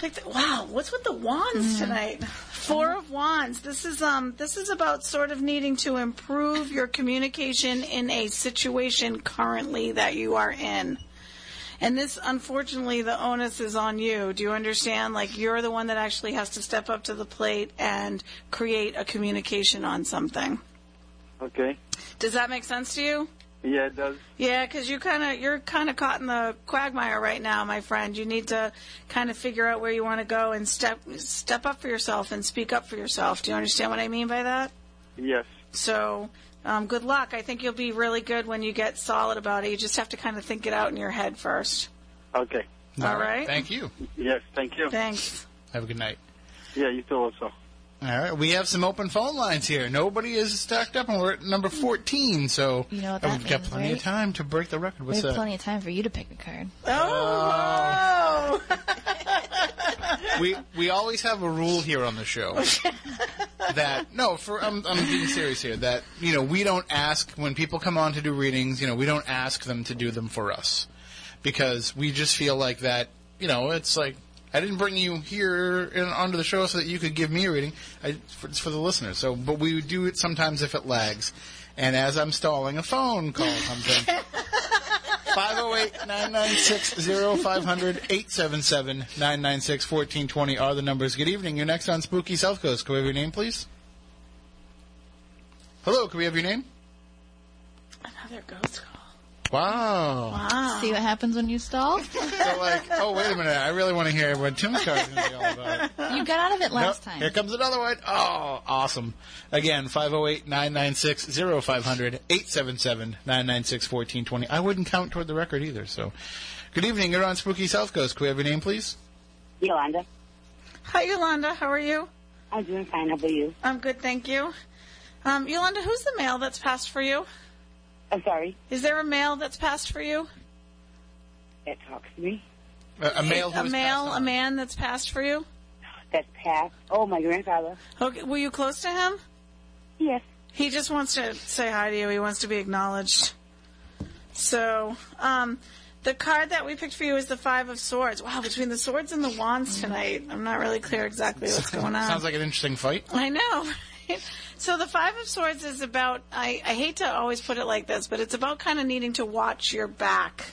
C: Picked. Wow. What's with the wands tonight? Four of wands. This is um. This is about sort of needing to improve your communication in a situation currently that you are in. And this, unfortunately, the onus is on you. Do you understand? Like, you're the one that actually has to step up to the plate and create a communication on something.
O: Okay.
C: Does that make sense to you?
O: Yeah, it does.
C: Yeah, because you kind of you're kind of caught in the quagmire right now, my friend. You need to kind of figure out where you want to go and step step up for yourself and speak up for yourself. Do you understand what I mean by that?
O: Yes.
C: So, um, good luck. I think you'll be really good when you get solid about it. You just have to kind of think it out in your head first.
O: Okay.
C: All right.
A: Thank you.
O: Yes, thank you.
C: Thanks.
A: Have a good night.
O: Yeah, you too also.
A: All right, we have some open phone lines here. Nobody is stacked up, and we're at number fourteen. So
B: You know what
A: and
B: that
A: Oh, we've got
B: means,
A: plenty of
B: right?
A: time to break the record.
B: We
A: What's
B: have
A: that?
B: plenty of time for you to pick a card.
C: Oh.
A: we we always have a rule here on the show that no, for I'm, I'm being serious here. That you know we don't ask when people come on to do readings. You know we don't ask them to do them for us because we just feel like that. You know it's like I didn't bring you here in, onto the show so that you could give me a reading. I, for, it's for the listeners. So, but we do it sometimes if it lags. And as I'm stalling, a phone call comes in. 508 996 0500 877 996 1420 are the numbers. Good evening. You're next on Spooky South Coast. Can we have your name, please? Hello, can we have your name?
C: Another ghost call.
A: Wow.
B: See what happens when you stall?
A: So, like, oh, wait a minute. I really want to hear what Tim's card is going to be all about.
B: You got out of it last
A: Nope,
B: time.
A: Here comes another one. Oh, awesome. Again, 508 996 0500 877 996 1420. I wouldn't count toward the record either, so. Good evening. You're on Spooky South Coast. Can we have your name, please?
P: Yolanda.
C: Hi, Yolanda. How are you?
P: I'm doing fine. How about you?
C: I'm good, thank you. Um, Yolanda, who's the mail that's passed for you?
P: I'm sorry.
C: Is there a mail that's passed for you?
P: That talks to me.
A: A, a male
C: A
A: who's
C: male, a man that's passed for you?
P: that's passed. Oh, my grandfather.
C: Okay, were you close to him?
P: Yes.
C: He just wants to say hi to you. He wants to be acknowledged. So, um, the card that we picked for you is the Five of Swords. Wow, between the swords and the wands tonight, I'm not really clear exactly what's going on.
A: Sounds like an interesting fight.
C: I know. right? So the Five of Swords is about, I, I hate to always put it like this, but it's about kind of needing to watch your back.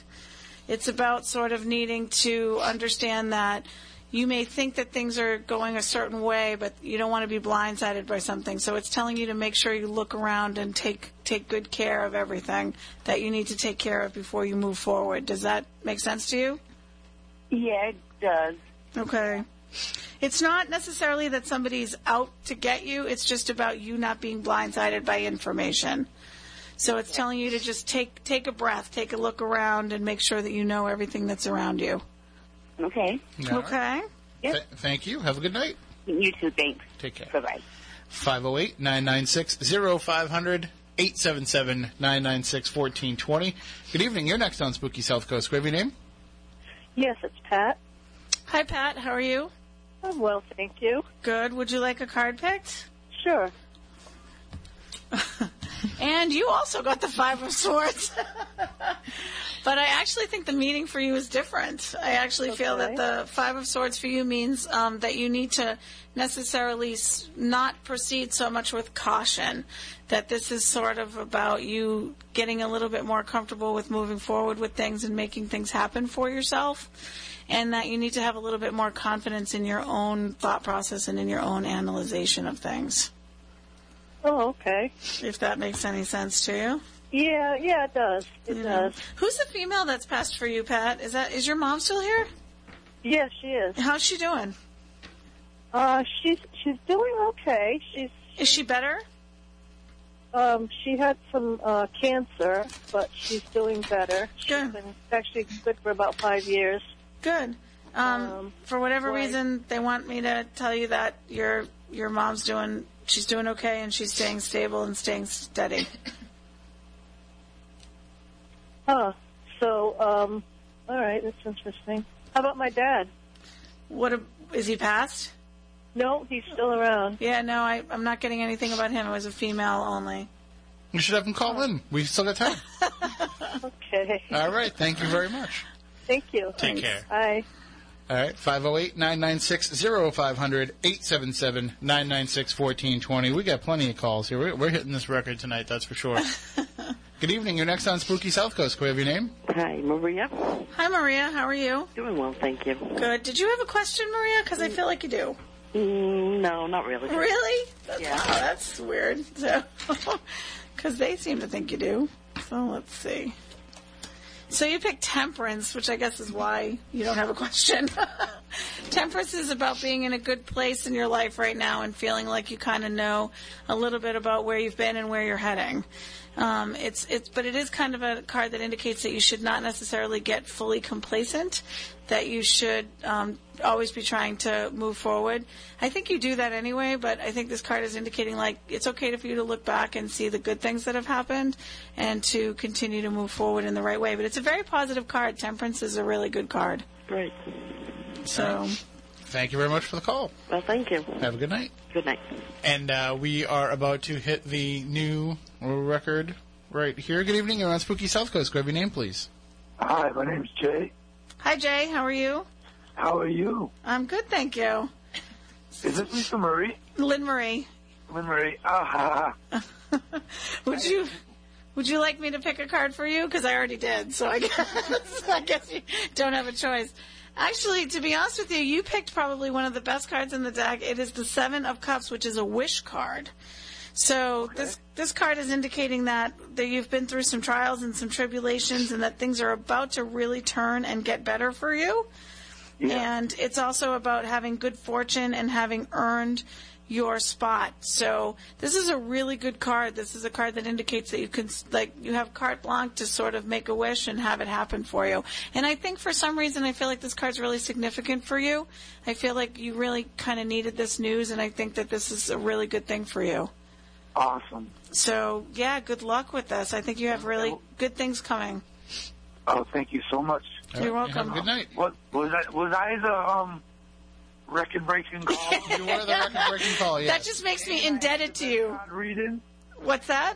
C: It's about sort of needing to understand that you may think that things are going a certain way, but you don't want to be blindsided by something. So it's telling you to make sure you look around and take, take good care of everything that you need to take care of before you move forward. Does that make sense to you?
P: Yeah, it does.
C: Okay. It's not necessarily that somebody's out to get you, it's just about you not being blindsided by information. So it's telling you to just take take a breath, take a look around and make sure that you know everything that's around you.
P: Okay.
A: All right.
C: Okay.
A: Th- thank you. Have a good night.
P: You too. Thanks.
A: Take care.
P: Bye-bye.
A: 508 996 0500 877 996 1420. Good evening. You're next on Spooky South Coast. Gravy name?
Q: Yes, it's Pat.
C: Hi, Pat. How are you?
Q: I'm well, thank you.
C: Good. Would you like a card picked?
Q: Sure.
C: And you also got the Five of Swords. but I actually think the meaning for you is different. I
Q: Oh,
C: actually feel that the Five of Swords for you means um, that you need to necessarily s- not proceed so much with caution. That this is sort of about you getting a little bit more comfortable with moving forward with things and making things happen for yourself. And that you need to have a little bit more confidence in your own thought process and in your own analyzation of things.
Q: Oh, okay.
C: If that makes any sense to you.
Q: Yeah, yeah, it does. It
C: You know.
Q: does.
C: Who's the female that's passed for you, Pat? Is that is your mom still here?
Q: Yes, she is.
C: How's she doing?
Q: Uh, she's she's doing okay. She's
C: is she better?
Q: Um, she had some uh, cancer, but she's doing better.
C: Uh-huh.
Q: She's been actually good for about five years.
C: Good. Um, for whatever
Q: why-
C: reason, they want me to tell you that your your mom's doing she's doing okay and she's staying stable and staying steady.
Q: Huh. So, um, all right, that's interesting. How about my dad?
C: What a, is he passed?
Q: No, he's still around.
C: Yeah, no, I, I'm not getting anything about him. It was a female only.
A: You should have him call in. We've still got time.
Q: Okay.
A: All right. Thank you very much.
Q: Thank you.
A: Take care.
Q: Bye.
A: All right, 508 996 0500 877 996 1420. We got plenty of calls here. We're, we're hitting this record tonight, that's for sure. Good evening. You're next on Spooky South Coast. Can we have your name?
R: Hi, Maria.
C: Hi, Maria. How are you?
R: Doing well, thank you.
C: Good. Did you have a question, Maria? Because I feel like you do.
R: Mm, no, not really.
C: Really? That's, Wow, that's weird. So, because they seem to think you do. So let's see. So you picked temperance, which I guess is why you don't have a question. temperance is about being in a good place in your life right now and feeling like you kind of know a little bit about where you've been and where you're heading. Um, it's it's but it is kind of a card that indicates that you should not necessarily get fully complacent, that you should um, always be trying to move forward. I think you do that anyway, but I think this card is indicating like it's okay for you to look back and see the good things that have happened and to continue to move forward in the right way. But it's a very positive card. Temperance is a really good card.
R: Great.
C: So
A: Thank you very much for the call.
R: Well, thank you.
A: Have a good night.
R: Good night.
A: And uh, we are about to hit the new record right here. Good evening. You're on Spooky South Coast. Can we have your name, please?
S: Hi, my name's Jay.
C: Hi Jay, how are you?
S: How are you?
C: I'm good, thank you.
S: Is this Lisa Marie?
C: Lynn Marie,
S: Lynn Marie. Ah, ha, ha.
C: would you would you like me to pick a card for you? Because I already did, so I guess I guess you don't have a choice. Actually, to be honest with you, you picked probably one of the best cards in the deck. It is the Seven of Cups, which is a wish card. So this this card is indicating that that you've been through some trials and some tribulations, and that things are about to really turn and get better for you. And it's also about having good fortune and having earned your spot. So this is a really good card. This is a card that indicates that you can like you have carte blanche to sort of make a wish and have it happen for you. And I think for some reason I feel like this card's really significant for you. I feel like you really kind of needed this news and I think that this is a really good thing for you.
S: awesome.
C: So, yeah, good luck with this. I think you have really good things coming.
S: Oh, thank you so much.
C: You're welcome.
S: What was I? Was I the um record breaking call.
A: you were the record breaking call,
C: That just makes me indebted to you.
S: Reading.
C: What's that?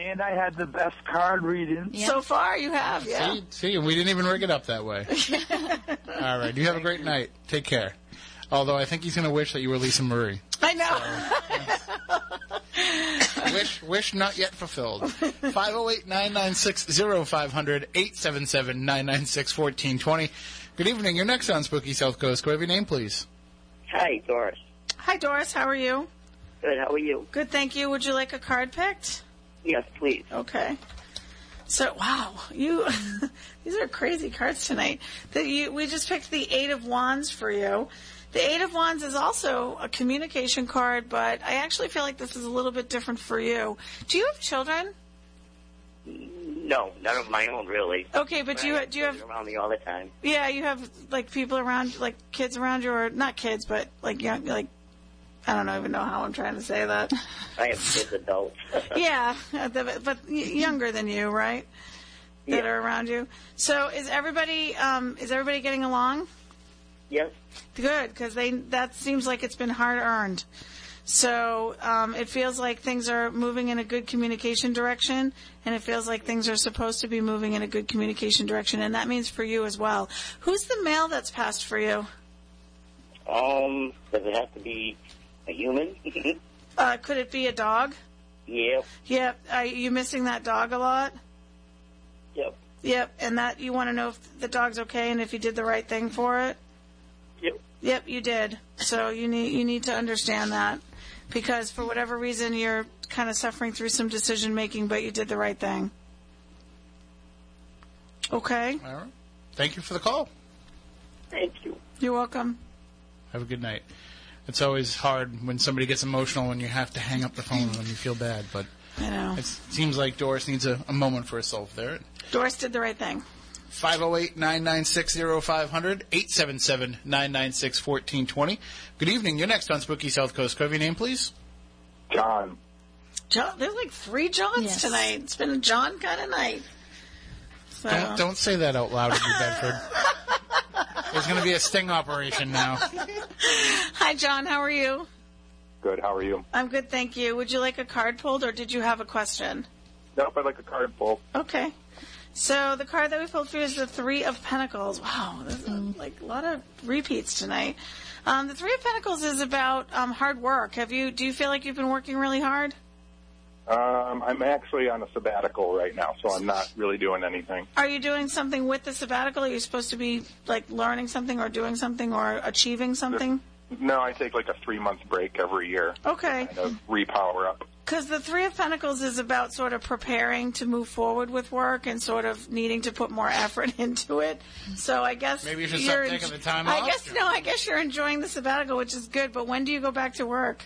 S: And I had the best card reading.
C: So far, you have. Yeah.
A: See, see, we didn't even rig it up that way. All right. You have a great night. Take care. Although I think he's going to wish that you were Lisa Marie.
C: I know.
A: wish wish not yet fulfilled. 508-996-0500, 877-996-1420. Good evening. You're next on Spooky South Coast. Go have your name, please.
T: Hi, Doris.
C: Hi, Doris. How are you?
T: Good. How are you?
C: Good, thank you. Would you like a card picked?
T: Yes, please.
C: Okay. So, wow, you these are crazy cards tonight. The, you, we just picked the Eight of Wands for you. The Eight of Wands is also a communication card, but I actually feel like this is a little bit different for you. Do you have children?
T: No, none of my own really.
C: Okay, but
T: My
C: do you do you have
T: children around me all the time?
C: yeah you have like people around like kids around you or not kids but like young like I don't even know how I'm trying to say that.
T: I have kids adults.
C: yeah, uh, the- but y- younger than you, right? That are around you. So is everybody um, is everybody getting along?
T: Yes.
C: Good, because they that seems like it's been hard earned. So um, it feels like things are moving in a good communication direction, and it feels like things are supposed to be moving in a good communication direction, and that means for you as well. Who's the male that's passed for you?
T: Um, does it have to be a human?
C: Uh, could it be a dog?
T: yeah.
C: Yep. Are you missing that dog a lot?
T: Yep.
C: Yep. And that you want to know if the dog's okay and if you did the right thing for it.
T: Yep.
C: Yep, you did. So you need you need to understand that because for whatever reason you're kind of suffering through some decision making, but you did the right thing. Okay.
A: All right. Thank you for the call.
T: Thank you.
C: You're welcome.
A: Have a good night. It's always hard when somebody gets emotional and you have to hang up the phone when you feel bad, but
C: I know.
A: it seems like Doris needs a, a moment for herself there.
C: Doris did the right thing.
A: 508-996-0500, 877-996-1420. Good evening. You're next on Spooky South Coast. Could I have your name, please?
S: John.
C: John, there's like three Johns tonight. It's been a John kind of night. So.
A: Don't, don't say that out loud in New Bedford. There's going to be a sting operation now.
C: Hi, John. How are you?
N: Good. How are you?
C: I'm good, thank you. Would you like a card pulled, or did you have a question?
N: Nope. I'd like a card pull.
C: Okay. So the card that we pulled for you is the Three of Pentacles. Wow, there's a, like a lot of repeats tonight. Um, the Three of Pentacles is about um, hard work. Have you? Do you feel like you've been working really hard?
N: Um, I'm actually on a sabbatical right now, so I'm not really doing anything.
C: Are you doing something with the sabbatical? Are you supposed to be like learning something, or doing something, or achieving something?
N: No, I take like a three month break every year.
C: Okay.
N: Kind of repower up.
C: Because the Three of Pentacles is about sort of preparing to move forward with work and sort of needing to put more effort into it. So I guess
A: Maybe you should
C: are
A: start taking the time
C: I
A: off.
C: guess no. I guess you're enjoying the sabbatical, which is good. But when do you go back to work?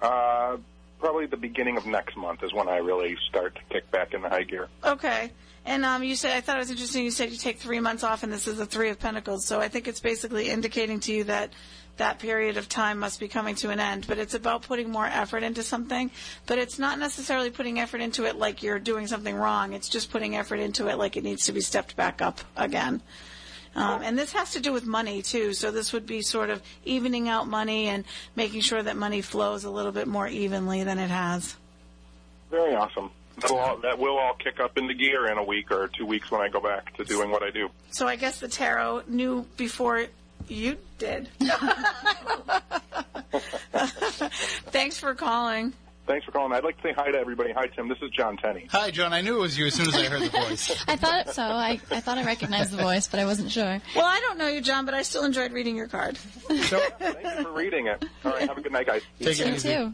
N: Uh, probably the beginning of next month is when I really start to kick back into high gear.
C: Okay. And um, you said I thought it was interesting. You said you take three months off, and this is the Three of Pentacles. So I think it's basically indicating to you that that period of time must be coming to an end. But it's about putting more effort into something. But it's not necessarily putting effort into it like you're doing something wrong. It's just putting effort into it like it needs to be stepped back up again. Um, and this has to do with money too. So this would be sort of evening out money and making sure that money flows a little bit more evenly than it has.
N: Very awesome. That'll all, that will all kick up into gear in a week or two weeks when I go back to doing what I do.
C: So I guess the tarot knew before you did. Thanks for calling.
N: Thanks for calling. I'd like to say hi to everybody. Hi, Tim. This is John Tenney.
A: Hi, John. I knew it was you as soon as I heard the voice.
B: I thought so. I, I thought I recognized the voice, but I wasn't sure.
C: Well, I don't know you, John, but I still enjoyed reading your card.
N: Thanks for reading it. All right. Have a good night, guys.
A: Take it easy.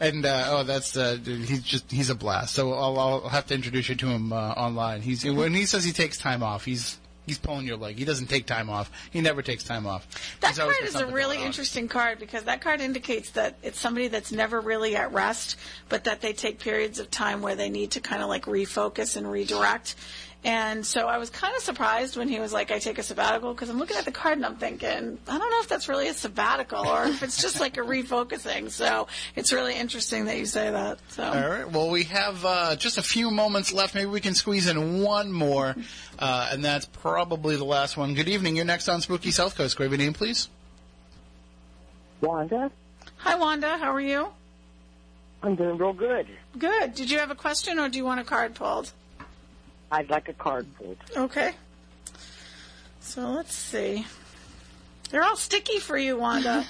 A: And uh, oh, that's uh, dude, he's just he's a blast. So I'll, I'll have to introduce you to him uh, online. He's when he says he takes time off, he's he's pulling your leg. He doesn't take time off. He never takes time off.
C: That
A: He's always
C: card
A: got
C: is a
A: something
C: really
A: going on.
C: interesting card because that card indicates that it's somebody that's never really at rest, but that they take periods of time where they need to kind of like refocus and redirect. And so I was kind of surprised when he was like, I take a sabbatical because I'm looking at the card and I'm thinking, I don't know if that's really a sabbatical or if it's just like a refocusing. So it's really interesting that you say that. So.
A: All right. Well, we have uh, just a few moments left. Maybe we can squeeze in one more, uh, and that's probably the last one. Good evening. You're next on Spooky South Coast. Grab your name, please.
U: Wanda,
C: Hi, Wanda. How are you?
U: I'm doing real good.
C: Good. Did you have a question or do you want a card pulled?
U: I'd like a card, please.
C: Okay. So let's see. They're all sticky for you, Wanda.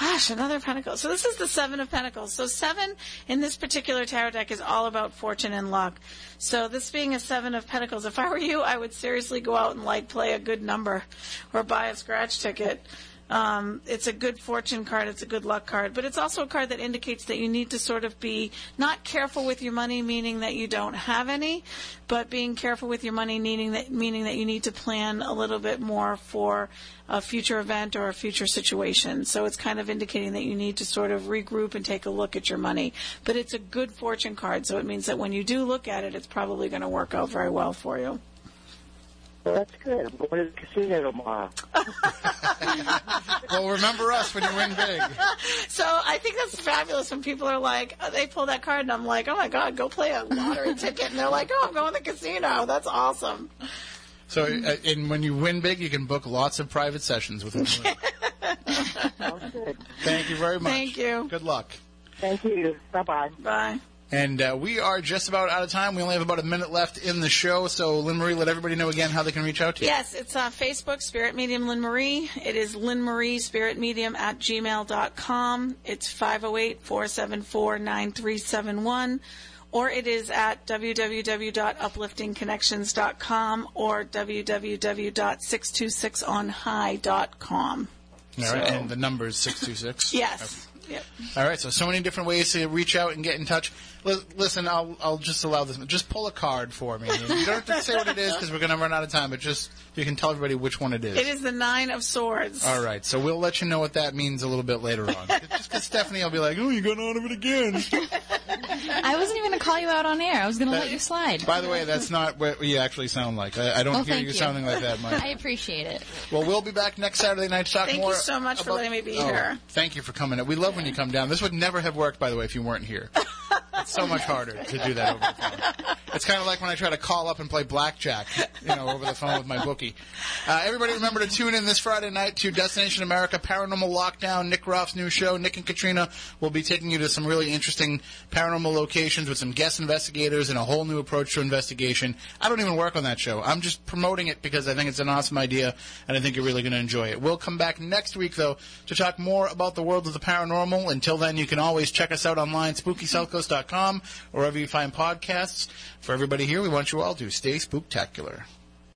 C: Gosh, another pentacle. So this is the seven of pentacles. So seven in this particular tarot deck is all about fortune and luck. So this being a seven of pentacles, if I were you, I would seriously go out and like play a good number or buy a scratch ticket. Um, it's a good fortune card. It's a good luck card, but it's also a card that indicates that you need to sort of be not careful with your money, meaning that you don't have any, but being careful with your money, meaning that meaning that you need to plan a little bit more for a future event or a future situation. So it's kind of indicating that you need to sort of regroup and take a look at your money. But it's a good fortune card, so it means that when you do look at it, it's probably going to work out very well for you.
U: Well, that's good. I'm going to the casino tomorrow.
A: well, remember us when you win big.
C: so I think that's fabulous when people are like, oh, they pull that card, and I'm like, oh my god, go play a lottery ticket, and they're like, oh, I'm going to the casino. That's awesome.
A: So, uh, and when you win big, you can book lots of private sessions with Wanda. Thank you very much.
C: Thank you.
A: Good luck.
U: Thank you. Bye bye.
C: Bye.
A: And uh, we are just about out of time. We only have about a minute left in the show. So, Lynn Marie, let everybody know again how they can reach out to you.
C: Yes, it's on Facebook, Spirit Medium Lynn Marie. It is Lynn Marie Spirit Medium at gmail.com. It's 508 474 9371. Or it is at www.upliftingconnections.com or www.626onhigh.com.
A: All right, and the number is 626.
C: Yes. Yep.
A: All right, so so many different ways to reach out and get in touch. L- listen, I'll I'll just allow this. Just pull a card for me. You don't have to say what it is because we're going to run out of time. But just you can tell everybody which one it is.
C: It is the Nine of Swords.
A: All right, so we'll let you know what that means a little bit later on. just because Stephanie will be like, "Oh, you're going on of it again."
B: I wasn't even going to call you out on air. I was going to
A: That-
B: let you slide.
A: By the way, that's not what you actually sound like. I, I don't
B: Well,
A: hear
B: thank
A: you, sounding like that, Mike.
B: I appreciate it.
A: Well, we'll be back next Saturday night to talk
C: Thank
A: more.
C: you so much for
A: about-
C: letting me be
A: Oh,
C: here.
A: Thank you for coming. We love when you come down. This would never have worked, by the way, if you weren't here. It's so much harder to do that over the phone. It's kind of like when I try to call up and play blackjack, you know, over the phone with my bookie. Uh, everybody remember to tune in this Friday night to Destination America Paranormal Lockdown, Nick Roth's new show. Nick and Katrina will be taking you to some really interesting paranormal locations with some guest investigators and a whole new approach to investigation. I don't even work on that show. I'm just promoting it because I think it's an awesome idea and I think you're really going to enjoy it. We'll come back next week, though, to talk more about the world of the paranormal. Until then, you can always check us out online, spookysouthcoast.com, or wherever you find podcasts. For everybody here, we want you all to stay spooktacular.